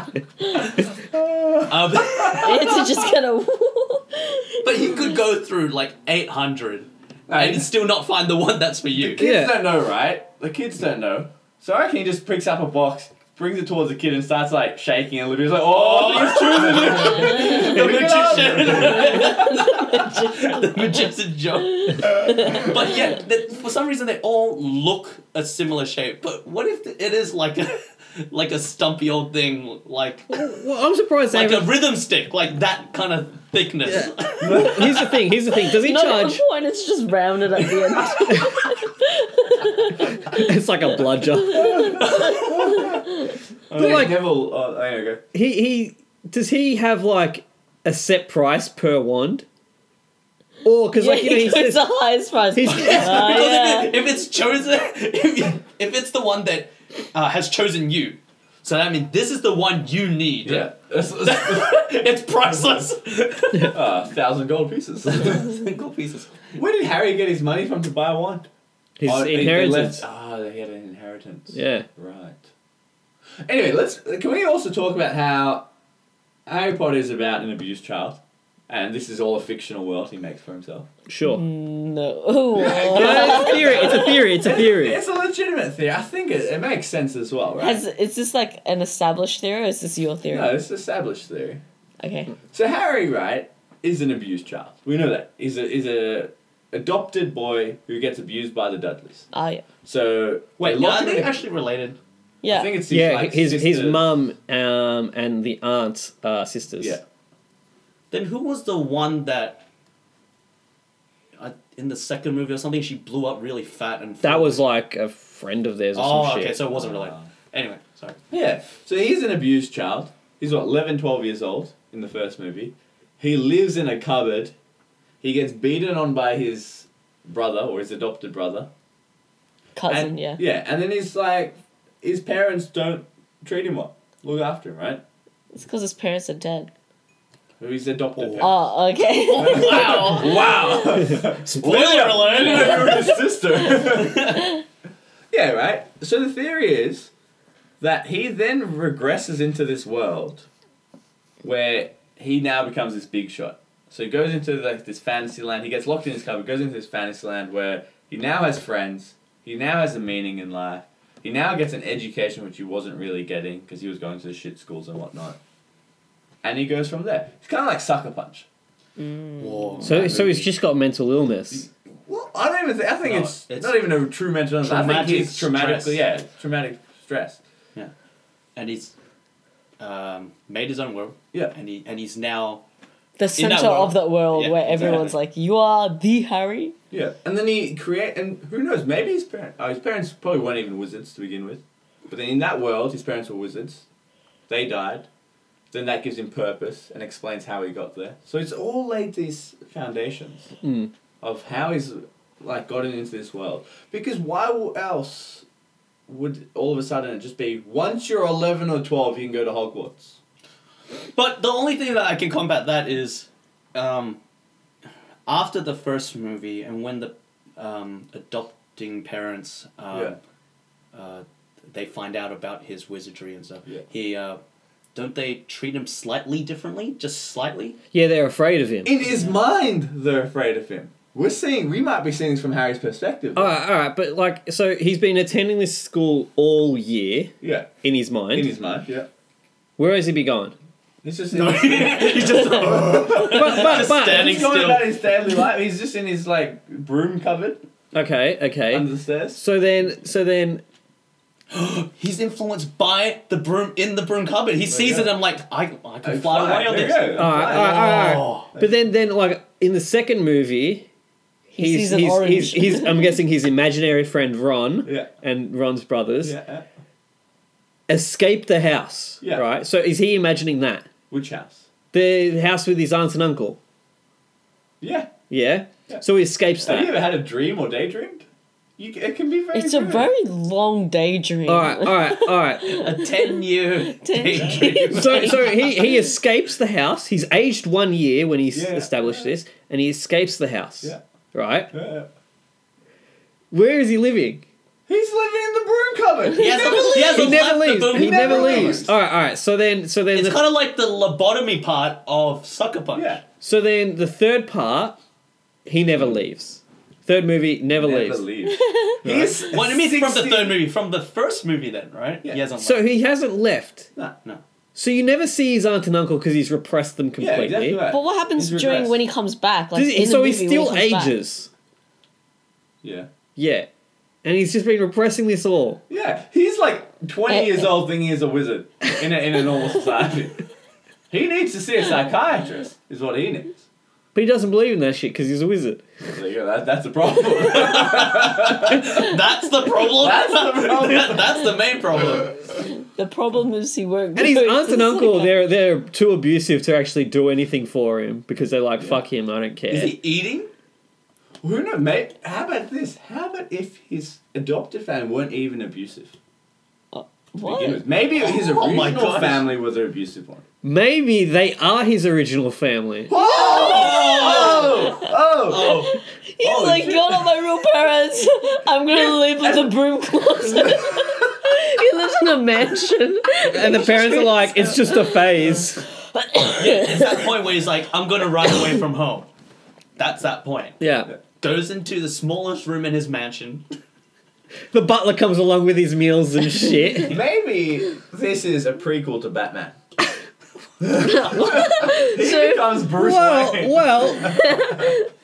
Speaker 2: Um,
Speaker 5: It's just gonna.
Speaker 2: but you could go through like 800 and you'd still not find the one that's for you
Speaker 4: kids
Speaker 3: Yeah.
Speaker 4: don't know, right? The kids don't know. So I reckon he just picks up a box, brings it towards the kid, and starts like shaking it a little bit. He's like, "Oh, he's choosing it."
Speaker 2: the
Speaker 4: Pick it up.
Speaker 2: magician the magician joke but yeah, that, for some reason they all look a similar shape. But what if it is like a like a stumpy old thing, like
Speaker 3: Well, I'm surprised they
Speaker 2: like a
Speaker 3: haven't.
Speaker 2: rhythm stick, like that kind of thickness?
Speaker 3: Here's the thing. Here's the thing. Does he
Speaker 5: Not at
Speaker 3: charge?
Speaker 5: the point, it's just rounded at the end.
Speaker 3: It's like a bludger.
Speaker 4: But
Speaker 3: like-
Speaker 4: like Neville, oh, there you go.
Speaker 3: He he does he have like a set price per wand? Or because
Speaker 5: Yeah,
Speaker 3: like you know
Speaker 5: he
Speaker 3: he
Speaker 5: goes
Speaker 3: says
Speaker 5: the highest price.
Speaker 3: he's-
Speaker 5: Ah,
Speaker 2: Because
Speaker 5: yeah.
Speaker 2: if, it, if it's chosen, if, you- if it's the one that uh, has chosen you, so I mean, this is the one you need.
Speaker 4: Yeah, It's- it's-
Speaker 2: it's priceless.
Speaker 4: uh, thousand gold pieces. Where
Speaker 2: Single pieces.
Speaker 4: did Harry get his money from to buy a wand?
Speaker 3: his
Speaker 4: Oh, they- they
Speaker 3: inheritance.
Speaker 4: left- Ah, they had an inheritance.
Speaker 3: Yeah.
Speaker 4: Right. Anyway, let's. Can we also talk about how Harry Potter is about an abused child, and this is all a fictional world he makes for himself.
Speaker 3: Sure.
Speaker 5: Mm. No.
Speaker 3: No, it's a theory. It's a theory. It's a theory.
Speaker 4: It's a legitimate theory. I think it, it makes sense as well, right?
Speaker 5: Has, is this like an established theory or is this your theory?
Speaker 4: no, it's established theory.
Speaker 5: Okay.
Speaker 4: So Harry, right, is an abused child. We know that. He's a is a adopted boy who gets abused by the Dudleys.
Speaker 5: Ah, yeah.
Speaker 4: So
Speaker 2: Wait, yeah,
Speaker 4: lock
Speaker 2: are
Speaker 4: him
Speaker 2: they
Speaker 4: in a-
Speaker 2: actually related?
Speaker 5: Yeah.
Speaker 4: I think it's his,
Speaker 3: Yeah,
Speaker 4: like,
Speaker 3: his his
Speaker 4: sister-
Speaker 3: mum um, and the aunt uh, sisters.
Speaker 4: Yeah.
Speaker 2: Then who was the one that uh, in the second movie or something she blew up really fat and
Speaker 3: That was like a friend of theirs or
Speaker 2: Oh,
Speaker 3: some
Speaker 2: okay,
Speaker 3: shit.
Speaker 2: so it wasn't related.
Speaker 4: Ah.
Speaker 2: Anyway, sorry.
Speaker 4: Yeah. So he's an abused child. He's what, 11, 12 years old in the first movie. He lives in a cupboard. He gets beaten on by his brother or his adopted brother.
Speaker 5: Cousin,
Speaker 4: and,
Speaker 5: yeah.
Speaker 4: Yeah, and then he's like, his parents don't treat him well, look after him, right?
Speaker 5: It's because his parents are dead.
Speaker 4: Who he's adopted. parents.
Speaker 5: Oh, okay.
Speaker 2: Wow!
Speaker 4: Wow!
Speaker 2: Spoiler alert!
Speaker 4: You're his sister. yeah, right? So the theory is that he then regresses into this world where he now becomes this big shot. So he goes into like this fantasy land. He gets locked in his cupboard, goes into this fantasy land where he now has friends. He now has a meaning in life. He now gets an education which he wasn't really getting because he was going to the shit schools and whatnot. And he goes from there. It's kind of like Sucker Punch.
Speaker 2: Whoa.
Speaker 3: So
Speaker 4: That
Speaker 3: so he's
Speaker 4: movie.
Speaker 3: just got mental illness.
Speaker 4: Well, I don't even think. I think
Speaker 2: No,
Speaker 4: it's,
Speaker 2: it's
Speaker 4: not even a true mental illness. I
Speaker 2: traumatic
Speaker 4: think he's traumatic.
Speaker 2: stress.
Speaker 4: Yeah, traumatic stress.
Speaker 2: and he's um, made his own world.
Speaker 4: Yeah.
Speaker 2: And he and he's now
Speaker 5: the
Speaker 2: In that
Speaker 5: center of
Speaker 2: world.
Speaker 5: the world
Speaker 2: Yeah,
Speaker 5: where everyone's
Speaker 4: exactly.
Speaker 5: like, you are the Harry.
Speaker 4: Yeah, and then he create, and who knows? Maybe his parents. Oh, his parents probably weren't even wizards to begin with, but then in that world, his parents were wizards. They died. Then that gives him purpose and explains how he got there. So it's all laid these foundations
Speaker 3: Mm.
Speaker 4: of how he's like gotten into this world. Because why w- else would all of a sudden it just be once you're eleven or twelve, you can go to Hogwarts?
Speaker 2: But the only thing that I can combat that is um, after the first movie and when the um, adopting parents um, uh, they find out about his wizardry and stuff
Speaker 4: Yeah.
Speaker 2: he uh, don't they treat him slightly differently just slightly
Speaker 3: Yeah, they're afraid of him.
Speaker 4: In his mind, they're afraid of him. We're seeing, we might be seeing this from Harry's perspective.
Speaker 3: All right, all right, but like, so he's been attending this school all year
Speaker 4: yeah.
Speaker 3: in his mind.
Speaker 4: In his mind, yeah.
Speaker 3: Where has he been going?
Speaker 4: It's just
Speaker 2: no he's just
Speaker 3: But, but, but,
Speaker 2: standing
Speaker 4: He's going
Speaker 2: still.
Speaker 4: about his daily life. He's just in his like broom cupboard
Speaker 3: okay, okay.
Speaker 4: under the stairs.
Speaker 3: So then, so then,
Speaker 2: he's influenced by the broom in the broom cupboard he sees
Speaker 4: go.
Speaker 2: it I'm like I, I can
Speaker 4: Oh,
Speaker 2: fly
Speaker 4: fine,
Speaker 2: away on
Speaker 4: there
Speaker 2: this
Speaker 4: you go.
Speaker 3: all right, all right, all right, all
Speaker 2: Oh.
Speaker 3: right. But then, then, like in the second movie,
Speaker 5: He
Speaker 3: he's
Speaker 5: sees an
Speaker 3: he's,
Speaker 5: orange.
Speaker 3: he's, he's, I'm guessing his imaginary friend Ron
Speaker 4: Yeah.
Speaker 3: and Ron's brothers
Speaker 4: Yeah, yeah.
Speaker 3: escape the house,
Speaker 4: Yeah.
Speaker 3: right? So is he imagining that
Speaker 4: Which house?
Speaker 3: the house with his aunts and uncle?
Speaker 4: Yeah.
Speaker 3: Yeah.
Speaker 4: Yeah.
Speaker 3: So he escapes
Speaker 4: Have you
Speaker 3: that.
Speaker 4: ever had a dream or daydreamed? You, c- it can be very.
Speaker 5: It's a
Speaker 4: good.
Speaker 5: very long daydream.
Speaker 3: All right, all right, all right.
Speaker 2: a 10 year
Speaker 5: Ten
Speaker 2: daydream.
Speaker 3: so so he, he escapes the house. He's aged one year when he s
Speaker 4: Yeah.
Speaker 3: established this, and he escapes the house.
Speaker 4: Yeah.
Speaker 3: Right?
Speaker 4: Yeah.
Speaker 3: Where is he living?
Speaker 4: He's living in the broom cupboard.
Speaker 2: He has a- he has
Speaker 3: He
Speaker 2: a
Speaker 3: never
Speaker 2: left the
Speaker 3: leaves.
Speaker 2: broom
Speaker 3: He never
Speaker 4: never
Speaker 2: cupboard.
Speaker 3: leaves.
Speaker 4: leaves.
Speaker 3: All right, all right. So then, so then,
Speaker 2: It's
Speaker 3: the,
Speaker 2: kind of like the lobotomy part of Sucker Punch.
Speaker 4: Yeah.
Speaker 3: so then the third part, he never leaves. Third movie, never, leaves.
Speaker 4: leaves.
Speaker 2: What I mean from the third movie, from the first movie, then right?
Speaker 4: Yeah.
Speaker 2: He hasn't.
Speaker 3: So
Speaker 2: left.
Speaker 3: he hasn't left.
Speaker 2: no, no.
Speaker 3: So you never see his aunt and uncle because he's repressed them
Speaker 4: Yeah,
Speaker 3: completely.
Speaker 4: exactly right.
Speaker 5: But what happens
Speaker 4: He's
Speaker 5: during
Speaker 4: regressed.
Speaker 5: when he comes back? Like
Speaker 3: Does he-
Speaker 5: in
Speaker 3: so
Speaker 5: the
Speaker 3: he
Speaker 5: movie when
Speaker 3: still
Speaker 5: he comes back?
Speaker 3: ages.
Speaker 4: Yeah.
Speaker 3: Yeah, and he's just been repressing this all.
Speaker 4: Yeah, he's like 20
Speaker 5: Eh,
Speaker 4: years
Speaker 5: eh.
Speaker 4: old thinking he's a wizard in a, in a normal society. he needs to see a psychiatrist, is what he needs.
Speaker 3: But he doesn't believe in that shit because he's a wizard.
Speaker 4: There you go, that, that's a problem.
Speaker 2: That's the problem.
Speaker 4: That's the problem.
Speaker 2: That's the main problem.
Speaker 5: The problem is he won't.
Speaker 3: And his
Speaker 5: go to
Speaker 3: aunt and
Speaker 5: the
Speaker 3: uncle,
Speaker 5: psychiatrist.
Speaker 3: they're they're too abusive to actually do anything for him because they're like, "Fuck him, I don't care."
Speaker 2: Is he eating?
Speaker 4: Who knows, mate? How about this? How about if his adopted family weren't even abusive? to begin
Speaker 5: What?
Speaker 4: with? Maybe his
Speaker 2: Oh my
Speaker 4: original
Speaker 2: gosh.
Speaker 4: family was an abusive one.
Speaker 3: Maybe they are his original family.
Speaker 4: Oh! Oh!
Speaker 2: Oh,
Speaker 5: He's
Speaker 4: Oh,
Speaker 5: like,
Speaker 4: shit.
Speaker 5: you're not my real parents. I'm gonna live with the broom closet. he lives in a mansion.
Speaker 3: And the parents are like, "It's just a phase."
Speaker 2: it's that point where he's like, "I'm gonna run away from home." That's that point.
Speaker 3: Yeah.
Speaker 2: Goes into the smallest room in his mansion.
Speaker 3: The butler comes along with his meals and shit.
Speaker 4: Maybe this is a prequel to Batman. he
Speaker 5: So-
Speaker 4: becomes Bruce
Speaker 3: well,
Speaker 4: Wayne.
Speaker 3: well,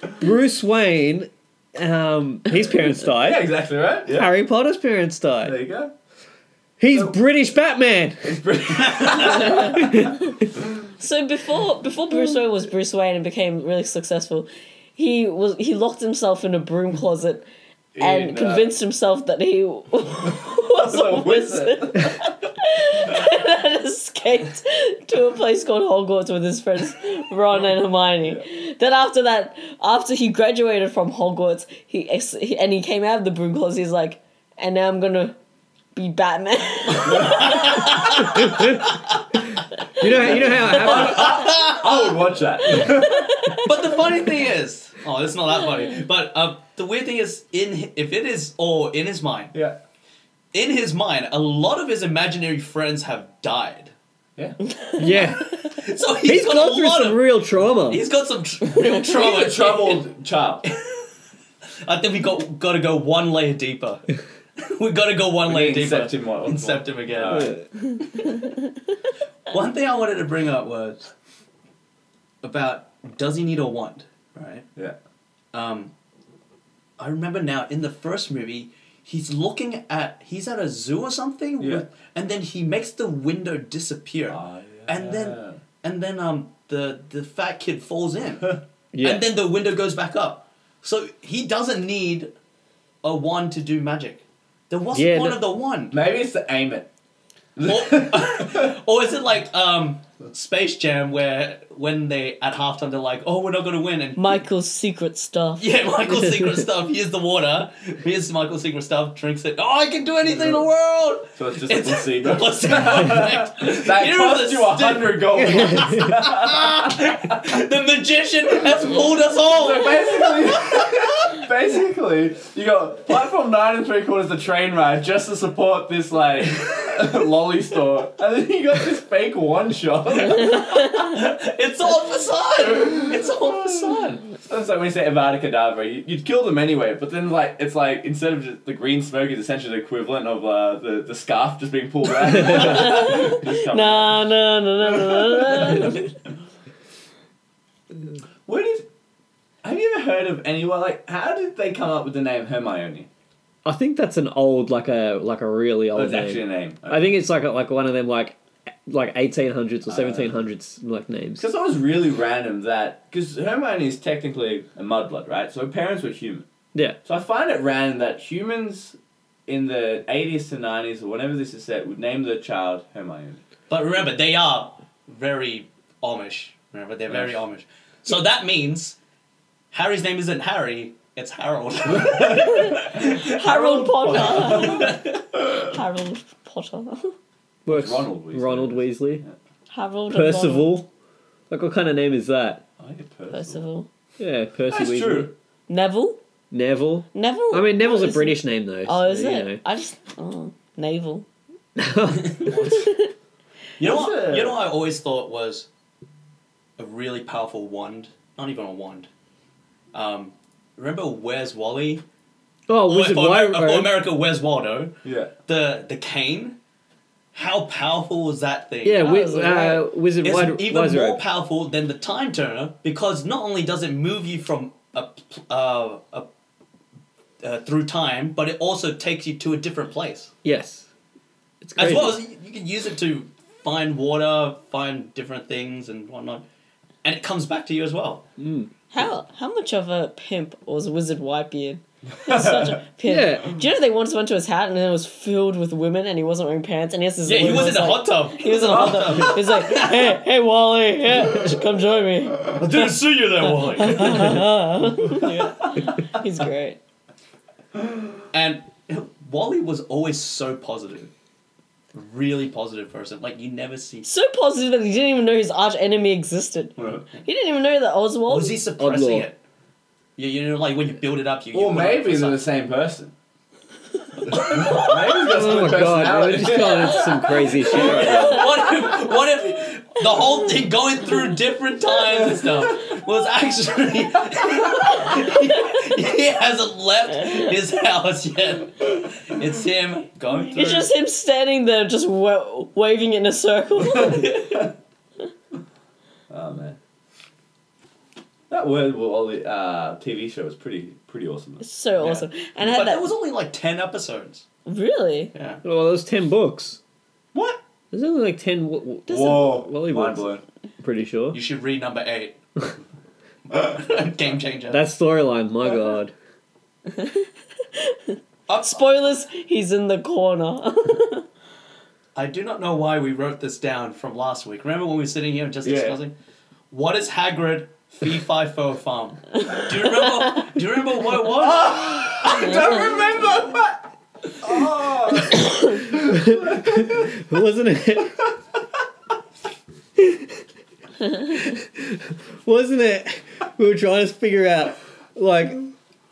Speaker 3: Bruce Wayne, um, his parents
Speaker 4: Yeah,
Speaker 3: died.
Speaker 4: exactly right. Yeah.
Speaker 3: Harry Potter's parents
Speaker 4: There
Speaker 3: died.
Speaker 4: you go.
Speaker 3: He's British Batman.
Speaker 4: It's Bruce.
Speaker 5: So before before Bruce Wayne was Bruce Wayne and became really successful, he was he locked himself in a broom closet and
Speaker 4: In, uh,
Speaker 5: convinced himself that he was
Speaker 4: a
Speaker 5: a wizard. and escaped to a place called Hogwarts with his friends Ron and Hermione. Then after that, after he graduated from Hogwarts, he, ex- he and he came out of the broom closet. He's like, and now I'm gonna be Batman.
Speaker 3: You know, you know how it happened.
Speaker 4: I would watch that.
Speaker 2: But the funny thing is, oh, it's not that funny. But uh, the weird thing is, in hi- if it is all in his mind,
Speaker 4: yeah.
Speaker 2: in his mind, a lot of his imaginary friends have died.
Speaker 4: Yeah.
Speaker 3: Yeah,
Speaker 2: So
Speaker 3: he's
Speaker 2: got
Speaker 3: gone
Speaker 2: a
Speaker 3: through
Speaker 2: lot
Speaker 3: some
Speaker 2: of.
Speaker 3: real trauma.
Speaker 2: He's got some tr- real trauma.
Speaker 4: He's a troubled child.
Speaker 2: I think we got got to go one layer deeper. we got to go one layer deeper.
Speaker 4: Incept him one-
Speaker 2: Incept him again.
Speaker 4: Alright.
Speaker 2: One thing I wanted to bring up was about does he need a wand, right?
Speaker 4: Yeah.
Speaker 2: Um, I remember now in the first movie, he's looking at he's at a zoo or something,
Speaker 4: Yeah.
Speaker 2: with, and then he makes the window disappear,
Speaker 4: Ah,
Speaker 2: and then and then um the the fat kid falls in.
Speaker 3: yeah.
Speaker 2: And then the window goes back up. So he doesn't need a wand to do magic. There wasn't
Speaker 3: Yeah,
Speaker 2: one
Speaker 3: no-
Speaker 2: of the wand.
Speaker 4: Maybe it's the aim it.
Speaker 2: Or, or is it like um, Space Jam where when they at halftime they're like, "Oh, we're not gonna win," and
Speaker 5: Michael's secret stuff.
Speaker 2: yeah, Michael's secret stuff. Here's the water. Here's Michael's secret stuff. Drinks it. Oh, I can do anything in the world.
Speaker 4: So it's just a placebo.
Speaker 2: placebo effect.
Speaker 4: That
Speaker 2: Here
Speaker 4: cost
Speaker 2: is
Speaker 4: you a hundred gold. so
Speaker 2: stick. The magician has fooled us all.
Speaker 4: basically, basically, you got platform nine and three quarters the train ride just to support this like lolly store, and then you got this fake one shot.
Speaker 2: It's all facade. It's all facade.
Speaker 4: That's like when you say Avada Kedavra, you, you'd kill them anyway, but then like it's like instead of just the green smoke is essentially the equivalent of uh, the the scarf just being pulled back. Just come-
Speaker 5: No, no, no, no, no, no, no.
Speaker 4: Where did? Have you ever heard of anyone like? How did they come up with the name Hermione?
Speaker 3: I think that's an old, like a like a really
Speaker 4: Oh,
Speaker 3: old
Speaker 4: it's
Speaker 3: name.
Speaker 4: actually a name.
Speaker 3: I think it's like a, like one of them like like eighteen hundreds or seventeen hundreds like names.
Speaker 4: Because that was really random that. Because Hermione is technically a mudblood, right? So her parents were human.
Speaker 3: Yeah,
Speaker 4: So I find it random that humans in the 80s to 90s, or whenever this is set, would name their child Hermione.
Speaker 2: But remember, they are very Amish. Remember, they're very
Speaker 4: Yes.
Speaker 2: Amish. So that means Harry's name isn't Harry, it's Harold.
Speaker 5: Harold Potter. Harold Potter.
Speaker 3: works.
Speaker 4: Ronald Weasley.
Speaker 3: Ronald Weasley.
Speaker 5: Harold. and Ronald.
Speaker 3: Percival. Like what kind of name is that?
Speaker 4: I think it's Percival.
Speaker 5: Percival.
Speaker 3: Yeah, Percy
Speaker 4: That's
Speaker 3: Weasley.
Speaker 4: true.
Speaker 5: Neville.
Speaker 3: Neville.
Speaker 5: Neville.
Speaker 3: I mean, Neville's a
Speaker 5: Is-
Speaker 3: British name though. so,
Speaker 5: Oh, is
Speaker 3: you
Speaker 5: it?
Speaker 3: know.
Speaker 5: I just oh, navel.
Speaker 2: You know
Speaker 4: Is
Speaker 2: what?
Speaker 4: it?
Speaker 2: You know what I always thought was a really powerful wand. Not even a wand. Um, remember Where's Wally?
Speaker 3: Oh, Wizard
Speaker 2: for, Amer- for
Speaker 3: Wire.
Speaker 2: America, Where's Waldo?
Speaker 4: Yeah.
Speaker 2: The the cane. How powerful was that thing?
Speaker 3: Yeah, wi-
Speaker 5: Oh,
Speaker 3: uh, Wizard
Speaker 2: It's
Speaker 3: Wide
Speaker 2: even
Speaker 3: Wise
Speaker 2: more
Speaker 3: Rope.
Speaker 2: powerful than the time turner because not only does it move you from a, pl- uh, a uh, through time, but it also takes you to a different place.
Speaker 3: Yes. It's
Speaker 2: As
Speaker 3: crazy.
Speaker 2: well as you you can use it to find water, find different things, and whatnot. And it comes back to you as well.
Speaker 5: How how much of a pimp was Wizard Whitebeard? He was such a pimp.
Speaker 3: Yeah.
Speaker 5: Do you know they once went to his hat and it was filled with women and he wasn't wearing pants and he has this
Speaker 2: Yeah, he
Speaker 5: woman
Speaker 2: was in
Speaker 5: that's
Speaker 2: the
Speaker 5: like,
Speaker 2: hot tub.
Speaker 5: He was in a hot tub. He's like, hey, hey, Wally, yeah, come join me.
Speaker 2: I didn't see you there, Wally.
Speaker 5: Yeah. He's great.
Speaker 2: and Wally was always so positive. Really positive person. Like, you never see.
Speaker 5: So positive that he didn't even know his arch enemy existed. He didn't even know that Oswald.
Speaker 2: Was he suppressing
Speaker 3: Oddlaw.
Speaker 2: it? You, you know, like when you build it up, you. you
Speaker 4: Or
Speaker 2: build it up
Speaker 4: maybe
Speaker 2: for
Speaker 4: they're the
Speaker 2: some-
Speaker 4: same person. maybe he's got
Speaker 3: Oh
Speaker 4: split
Speaker 3: my god, man,
Speaker 4: personality.
Speaker 3: we're just going into some crazy shit right now.
Speaker 2: what if, what if the whole thing going through different times and stuff was actually he, hasn't left his house yet. It's him going through.
Speaker 5: It's just him standing there, just wa- waving in a circle.
Speaker 4: Oh man. That word will only uh, TV show is pretty pretty awesome.
Speaker 5: It's so
Speaker 2: Yeah.
Speaker 5: awesome. And I
Speaker 2: but
Speaker 5: had
Speaker 2: there
Speaker 5: that.
Speaker 2: was only like ten episodes.
Speaker 5: really?
Speaker 2: Yeah.
Speaker 3: Oh, Well, there's 10 books.
Speaker 2: What?
Speaker 3: There's only like 10, w- w-
Speaker 5: Does-
Speaker 4: Whoa,
Speaker 3: Well, he
Speaker 4: mind
Speaker 3: was.
Speaker 4: blown.
Speaker 3: pretty sure.
Speaker 2: You should read number eight. Game changer.
Speaker 3: That storyline, my god.
Speaker 2: Up-
Speaker 5: Spoilers, he's in the corner.
Speaker 2: I do not know why we wrote this down from last week. Remember when we were sitting here and just
Speaker 4: Yeah.
Speaker 2: discussing? What is Hagrid fee fi fo fum? Do you remember? do you remember what it
Speaker 3: Ah!
Speaker 2: was?
Speaker 4: I don't remember. What? Oh,
Speaker 3: Wasn't it? Wasn't it? We were trying to figure out, like,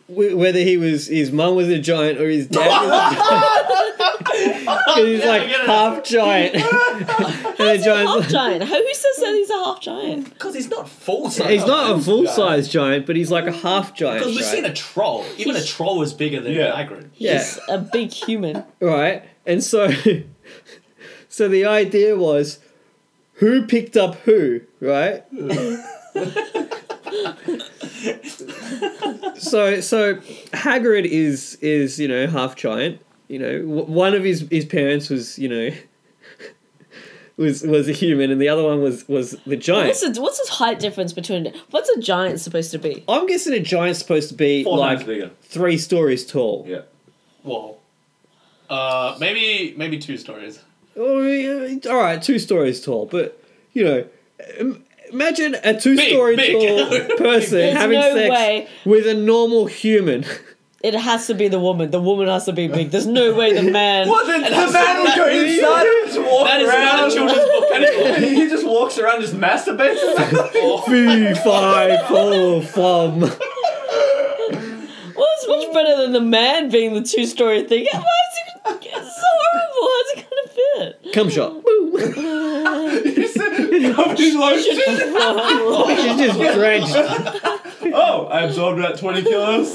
Speaker 3: w- whether he was his mum was a giant or his dad was a giant. 'Cause he's like
Speaker 2: get it.
Speaker 3: half giant. and the
Speaker 5: half
Speaker 3: giant's like-
Speaker 5: giant. Who who says that he's a half giant?
Speaker 2: Because he's not full size.
Speaker 3: he's not a full size giant, but he's like a half giant.
Speaker 2: Because we've
Speaker 3: right?
Speaker 2: seen a troll. Even a troll is bigger than
Speaker 4: Yeah.
Speaker 2: Hagrid.
Speaker 3: yeah.
Speaker 5: He's a big human.
Speaker 3: right? And so, so the idea was, who picked up who, right? so, so Hagrid is is you know half giant. You know, w- one of his his parents was you know. Was, was a human and the other one was was the giant.
Speaker 5: What's his, what's his height difference between? What's a giant supposed to be?
Speaker 3: I'm guessing a giant's supposed to be
Speaker 4: four times
Speaker 3: like
Speaker 4: bigger.
Speaker 3: three stories tall.
Speaker 4: Yeah.
Speaker 2: Whoa. Uh, maybe maybe two stories.
Speaker 3: Oh, yeah, it's all right, two stories tall, but you know, um, imagine a two-story
Speaker 2: big.
Speaker 3: tall person
Speaker 5: There's
Speaker 3: having
Speaker 5: no
Speaker 3: sex
Speaker 5: way.
Speaker 3: with a normal human.
Speaker 5: It has to be the woman. The woman has to be big. There's no way the man.
Speaker 4: What the, the man will
Speaker 2: that-
Speaker 4: go inside and just walk
Speaker 2: That is not a
Speaker 4: around.
Speaker 2: children's book anymore.
Speaker 4: he just walks around just masturbates.
Speaker 3: Foo, fi, fo, flum.
Speaker 5: Well, it's much better than the man being the two-story thing. Why is it? It's so horrible. How's it gonna fit?
Speaker 3: Come shot. Boom.
Speaker 4: He's covered in lotion.
Speaker 5: Whoa.
Speaker 3: She's just drenched.
Speaker 4: Oh, I absorbed about 20 kilos.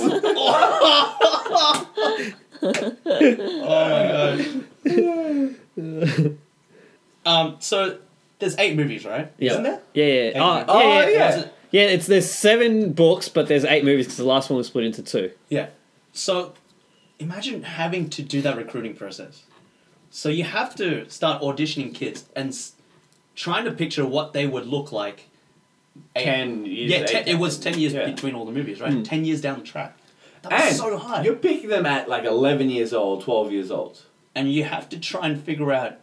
Speaker 2: Um, so there's eight movies, right?
Speaker 3: Yeah.
Speaker 2: Isn't there?
Speaker 3: Yeah, yeah. Oh,
Speaker 2: Thank
Speaker 4: you.
Speaker 3: yeah, yeah,
Speaker 4: Oh,
Speaker 3: yeah.
Speaker 4: yeah.
Speaker 3: Yeah, it's there's seven books, but there's eight movies because the last one was split into two.
Speaker 2: Yeah. So imagine having to do that recruiting process. So you have to start auditioning kids and s- trying to picture what they would look like. eight-
Speaker 4: 10 years.
Speaker 2: Yeah, ten,
Speaker 4: eight-
Speaker 2: it was ten years
Speaker 4: Yeah. Mm.
Speaker 2: between all the movies, right? Ten years down the track. That was
Speaker 4: And
Speaker 2: so hard.
Speaker 4: you're picking them at like 11 years old, 12 years old.
Speaker 2: And you have to try and figure out.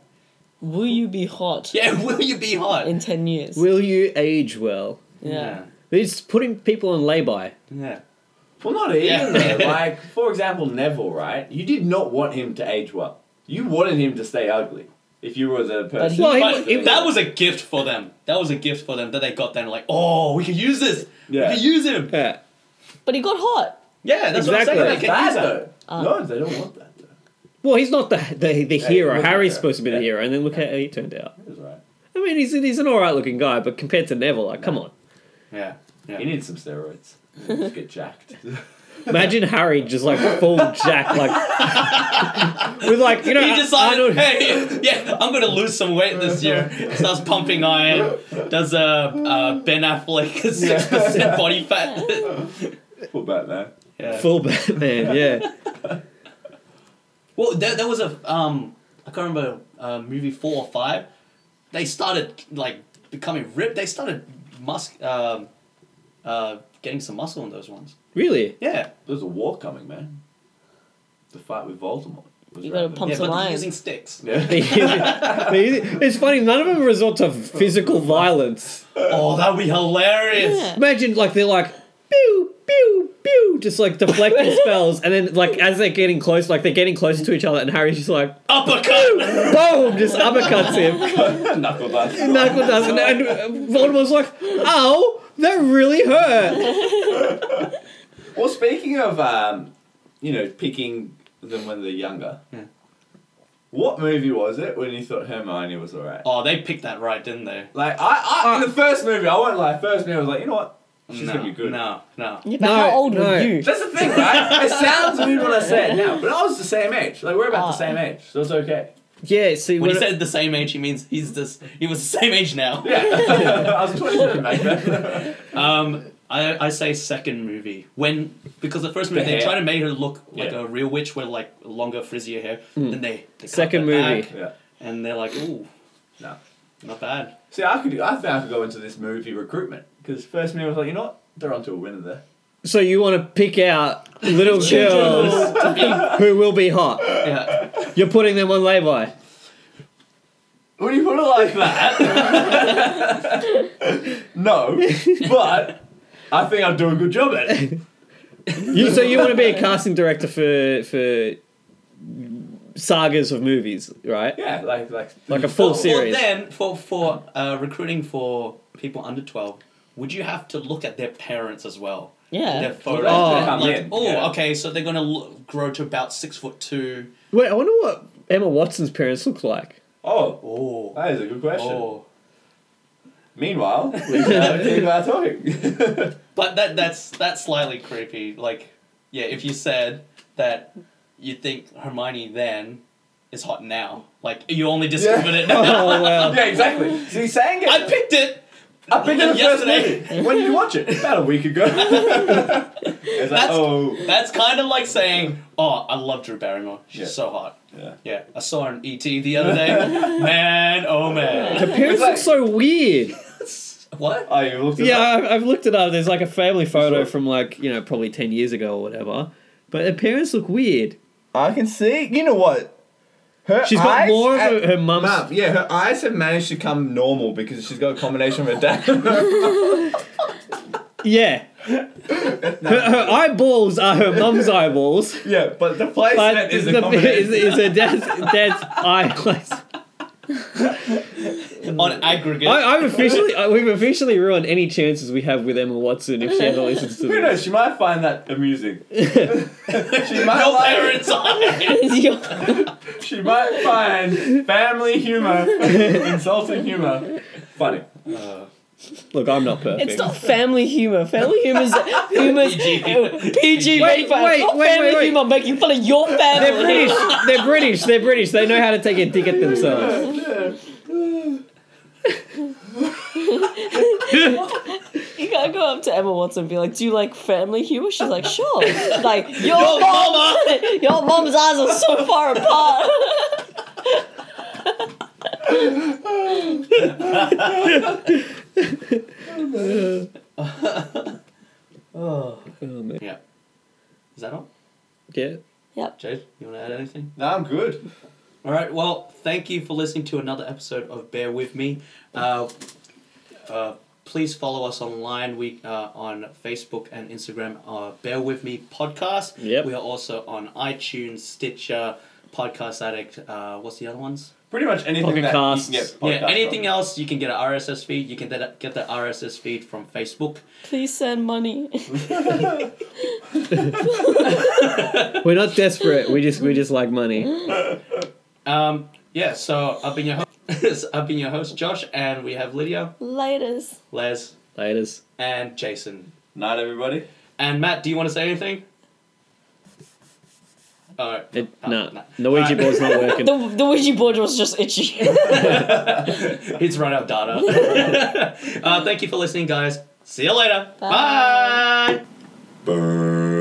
Speaker 5: Will you be hot
Speaker 2: Yeah, will you be hot?
Speaker 5: in ten years?
Speaker 3: Will you age well?
Speaker 5: yeah.
Speaker 3: It's putting people on lay-by.
Speaker 2: Yeah.
Speaker 4: Well, not even
Speaker 2: Yeah.
Speaker 4: though. Like, for example, Neville, right? You did not want him to age well. You wanted him to stay ugly. If you were the person.
Speaker 5: he- Well,
Speaker 2: But
Speaker 3: he-
Speaker 2: that was a gift for them. That was a gift for them that they got then like, oh, we can use this.
Speaker 4: Yeah.
Speaker 2: We can use him.
Speaker 3: Yeah.
Speaker 5: But he got hot.
Speaker 2: Yeah, that's
Speaker 3: Exactly.
Speaker 2: what I'm saying.
Speaker 4: That's
Speaker 2: They can
Speaker 4: bad,
Speaker 2: use that.
Speaker 4: though.
Speaker 5: Ah.
Speaker 4: no, they don't want that, though.
Speaker 3: Well, he's not the the, the
Speaker 4: look
Speaker 3: hero.
Speaker 4: at
Speaker 3: Harry's
Speaker 4: that.
Speaker 3: supposed to be the
Speaker 4: Yeah.
Speaker 3: hero, and then look how he turned out.
Speaker 4: That's right.
Speaker 3: I mean, he's he's an alright looking guy, but compared to Neville, like, come on.
Speaker 2: Yeah. Yeah.
Speaker 4: He needs some steroids. Just get jacked.
Speaker 3: Imagine Harry just like full jack, like with like you know.
Speaker 2: He
Speaker 3: Arnold-
Speaker 2: decided, hey, yeah, I'm gonna lose some weight this year. Starts pumping iron. Does a uh, uh, Ben Affleck a six percent body fat?
Speaker 4: What about that?
Speaker 2: yeah.
Speaker 3: full Batman, yeah.
Speaker 2: Well, there, there was a um, I can't remember uh, movie four or five. They started like becoming ripped. They started musk um, uh, getting some muscle in those ones.
Speaker 3: Really?
Speaker 2: Yeah,
Speaker 4: There's a war coming, man. The fight with Voldemort. was
Speaker 5: You gotta
Speaker 4: right
Speaker 5: pump
Speaker 2: yeah,
Speaker 5: some
Speaker 2: but they're
Speaker 5: iron.
Speaker 2: using sticks.
Speaker 4: there. Yeah.
Speaker 3: it's funny. None of them resort to physical violence.
Speaker 2: Oh, that'd be hilarious.
Speaker 5: Yeah.
Speaker 3: Imagine like they're like pew pew pew, just like deflecting spells, and then like as they're getting close, like they're getting closer to each other, and Harry's just like
Speaker 2: Uppercut.
Speaker 3: boom, just uppercuts him.
Speaker 4: Knuckle dust.
Speaker 3: Knuckle doesn't, and uh, Voldemort's like, ow, that really hurt.
Speaker 4: Well, speaking of, um, you know, picking them when they're younger.
Speaker 2: Yeah.
Speaker 4: What movie was it when you thought Hermione was alright?
Speaker 2: oh, they picked that right, didn't they?
Speaker 4: Like I, I in the first movie, I won't lie. First movie, I was like, you know what, she's
Speaker 2: no,
Speaker 4: gonna be good.
Speaker 2: No, no.
Speaker 5: Yeah, but
Speaker 3: No,
Speaker 5: how old
Speaker 3: no.
Speaker 5: were you?
Speaker 4: That's the thing, right? it sounds weird when I say it now, but I was the same age. Like we're about the
Speaker 5: Oh.
Speaker 4: same age, so it's okay.
Speaker 3: Yeah, see,
Speaker 2: When he
Speaker 3: when-
Speaker 2: said the same age, he means he's this. He was the same age now.
Speaker 4: Yeah, I was twenty-seven back then.
Speaker 2: Um, I I say second movie when because the first movie
Speaker 4: The
Speaker 2: they
Speaker 4: hair.
Speaker 2: try to make her look like
Speaker 4: Yeah.
Speaker 2: a real witch with like longer frizzier hair. Then they, they cut
Speaker 3: Second
Speaker 2: that
Speaker 3: movie.
Speaker 2: back,
Speaker 4: yeah,
Speaker 2: and they're like, ooh,
Speaker 4: no.
Speaker 2: not bad.
Speaker 4: See, I could, I think I could go into this movie recruitment because first movie I was like, you know what, they're onto a winner there.
Speaker 3: so you want to pick out little girls
Speaker 2: To be-
Speaker 3: who will be hot.
Speaker 2: yeah.
Speaker 3: You're putting them on lay-by.
Speaker 4: When you put it like that, no, but I think I'd do a good job at it.
Speaker 3: You, so you want to be a casting director for for sagas of movies, right?
Speaker 4: Yeah, like like
Speaker 3: Like a full
Speaker 2: Or-
Speaker 3: series.
Speaker 2: Or then for for uh, recruiting for people under twelve, would you have to look at their parents as well? Their
Speaker 5: Yeah.
Speaker 2: photos.
Speaker 3: Oh,
Speaker 2: and, like,
Speaker 4: yeah,
Speaker 2: oh,
Speaker 4: yeah.
Speaker 2: okay, so they're gonna lo- grow to about six foot two.
Speaker 3: Wait, I wonder what Emma Watson's parents look like.
Speaker 4: Oh,
Speaker 2: Oh,
Speaker 4: that is a good question.
Speaker 2: oh.
Speaker 4: Meanwhile, we have keep our topic.
Speaker 2: But that that's that's slightly creepy. Like, yeah, if you said that you think Hermione then is hot now, like you only discovered it now.
Speaker 3: Oh wow.
Speaker 4: yeah, exactly. See, saying it.
Speaker 2: I picked it.
Speaker 4: I picked it the
Speaker 2: yesterday.
Speaker 4: first movie. When did you watch it? About a week ago. it's like,
Speaker 2: That's-
Speaker 4: oh.
Speaker 2: That's kind of like saying, "Oh, I love Drew Barrymore. She's
Speaker 4: Yeah.
Speaker 2: so hot."
Speaker 4: Yeah.
Speaker 2: Yeah, I saw her in ET the other day. man, oh
Speaker 3: Her
Speaker 2: man.
Speaker 3: parents
Speaker 4: It's like-
Speaker 3: look so weird.
Speaker 2: What?
Speaker 4: Oh, you looked at
Speaker 3: Yeah,
Speaker 4: that?
Speaker 3: I- I've looked it up. There's like a family photo
Speaker 4: Sure.
Speaker 3: from like you know probably ten years ago or whatever, but her parents look weird.
Speaker 4: I can see. You know what? Her
Speaker 3: She's got
Speaker 4: eyes
Speaker 3: more of
Speaker 4: at-
Speaker 3: her- her mum's-
Speaker 4: Mum, yeah, her eyes have managed to come normal because she's got a combination of her dad. and her-
Speaker 3: Yeah. Her, her eyeballs are her mum's eyeballs,
Speaker 4: yeah, but the placement
Speaker 3: but
Speaker 4: is
Speaker 3: is,
Speaker 4: a
Speaker 3: the, is,
Speaker 4: combination.
Speaker 3: is her dad's, dad's eye place.
Speaker 2: on aggregate.
Speaker 3: I, I'm officially, I, we've officially ruined any chances we have with Emma Watson if she ever listens to
Speaker 4: Who
Speaker 3: this.
Speaker 4: knows? She might find that amusing. she might.
Speaker 2: your
Speaker 4: like-
Speaker 2: parents are.
Speaker 4: She might find family humor, insulting humor, funny.
Speaker 3: Look, I'm not perfect.
Speaker 5: it's not family humor. Family humor's humor's PG. PG
Speaker 3: Wait,
Speaker 5: wait, wait,
Speaker 3: wait,
Speaker 5: not
Speaker 3: wait,
Speaker 5: family
Speaker 3: wait, wait.
Speaker 5: humor making fun of your
Speaker 3: They're
Speaker 5: family.
Speaker 3: British. They're British. They're British. They know how to take a dig at themselves.
Speaker 5: You gotta go up to Emma Watson and be like, "Do you like family humor?" She's like, "Sure." Like your,
Speaker 2: Your
Speaker 5: mom,
Speaker 2: mama.
Speaker 5: your mom's eyes are so far apart.
Speaker 2: Yeah. Is that all?
Speaker 3: Oh, Yeah.
Speaker 2: Jade, you want to add anything?
Speaker 4: No, I'm good.
Speaker 2: All right. Well, thank you for listening to another episode of Bear with Me. Uh, uh, please follow us online. We uh, on Facebook and Instagram. Uh, Bear with Me podcast.
Speaker 3: Yep.
Speaker 2: We are also on iTunes, Stitcher, Podcast Addict. Uh, what's the other ones?
Speaker 4: Pretty much anything
Speaker 3: Pocket
Speaker 4: that
Speaker 3: casts.
Speaker 4: you can get.
Speaker 2: yeah.
Speaker 4: podcast
Speaker 2: Anything
Speaker 4: from.
Speaker 2: else you can get an RSS feed. You can get a- get the RSS feed from Facebook.
Speaker 5: Please send money.
Speaker 3: We're not desperate. We just we just like money.
Speaker 2: Um, yeah. So I've been your host. I've been your host, Josh, and we have Lydia,
Speaker 5: Laters.
Speaker 2: Les,
Speaker 3: Laters.
Speaker 2: and Jason.
Speaker 4: Night, everybody.
Speaker 2: And Matt, do you want to say anything? Alright.
Speaker 3: It,
Speaker 2: Oh,
Speaker 3: no,
Speaker 2: no.
Speaker 3: the Ouija board's not working.
Speaker 5: The, the Ouija board was just itchy.
Speaker 2: It's run out of data. uh, thank you for listening, guys. See you later. Bye.
Speaker 4: Burn.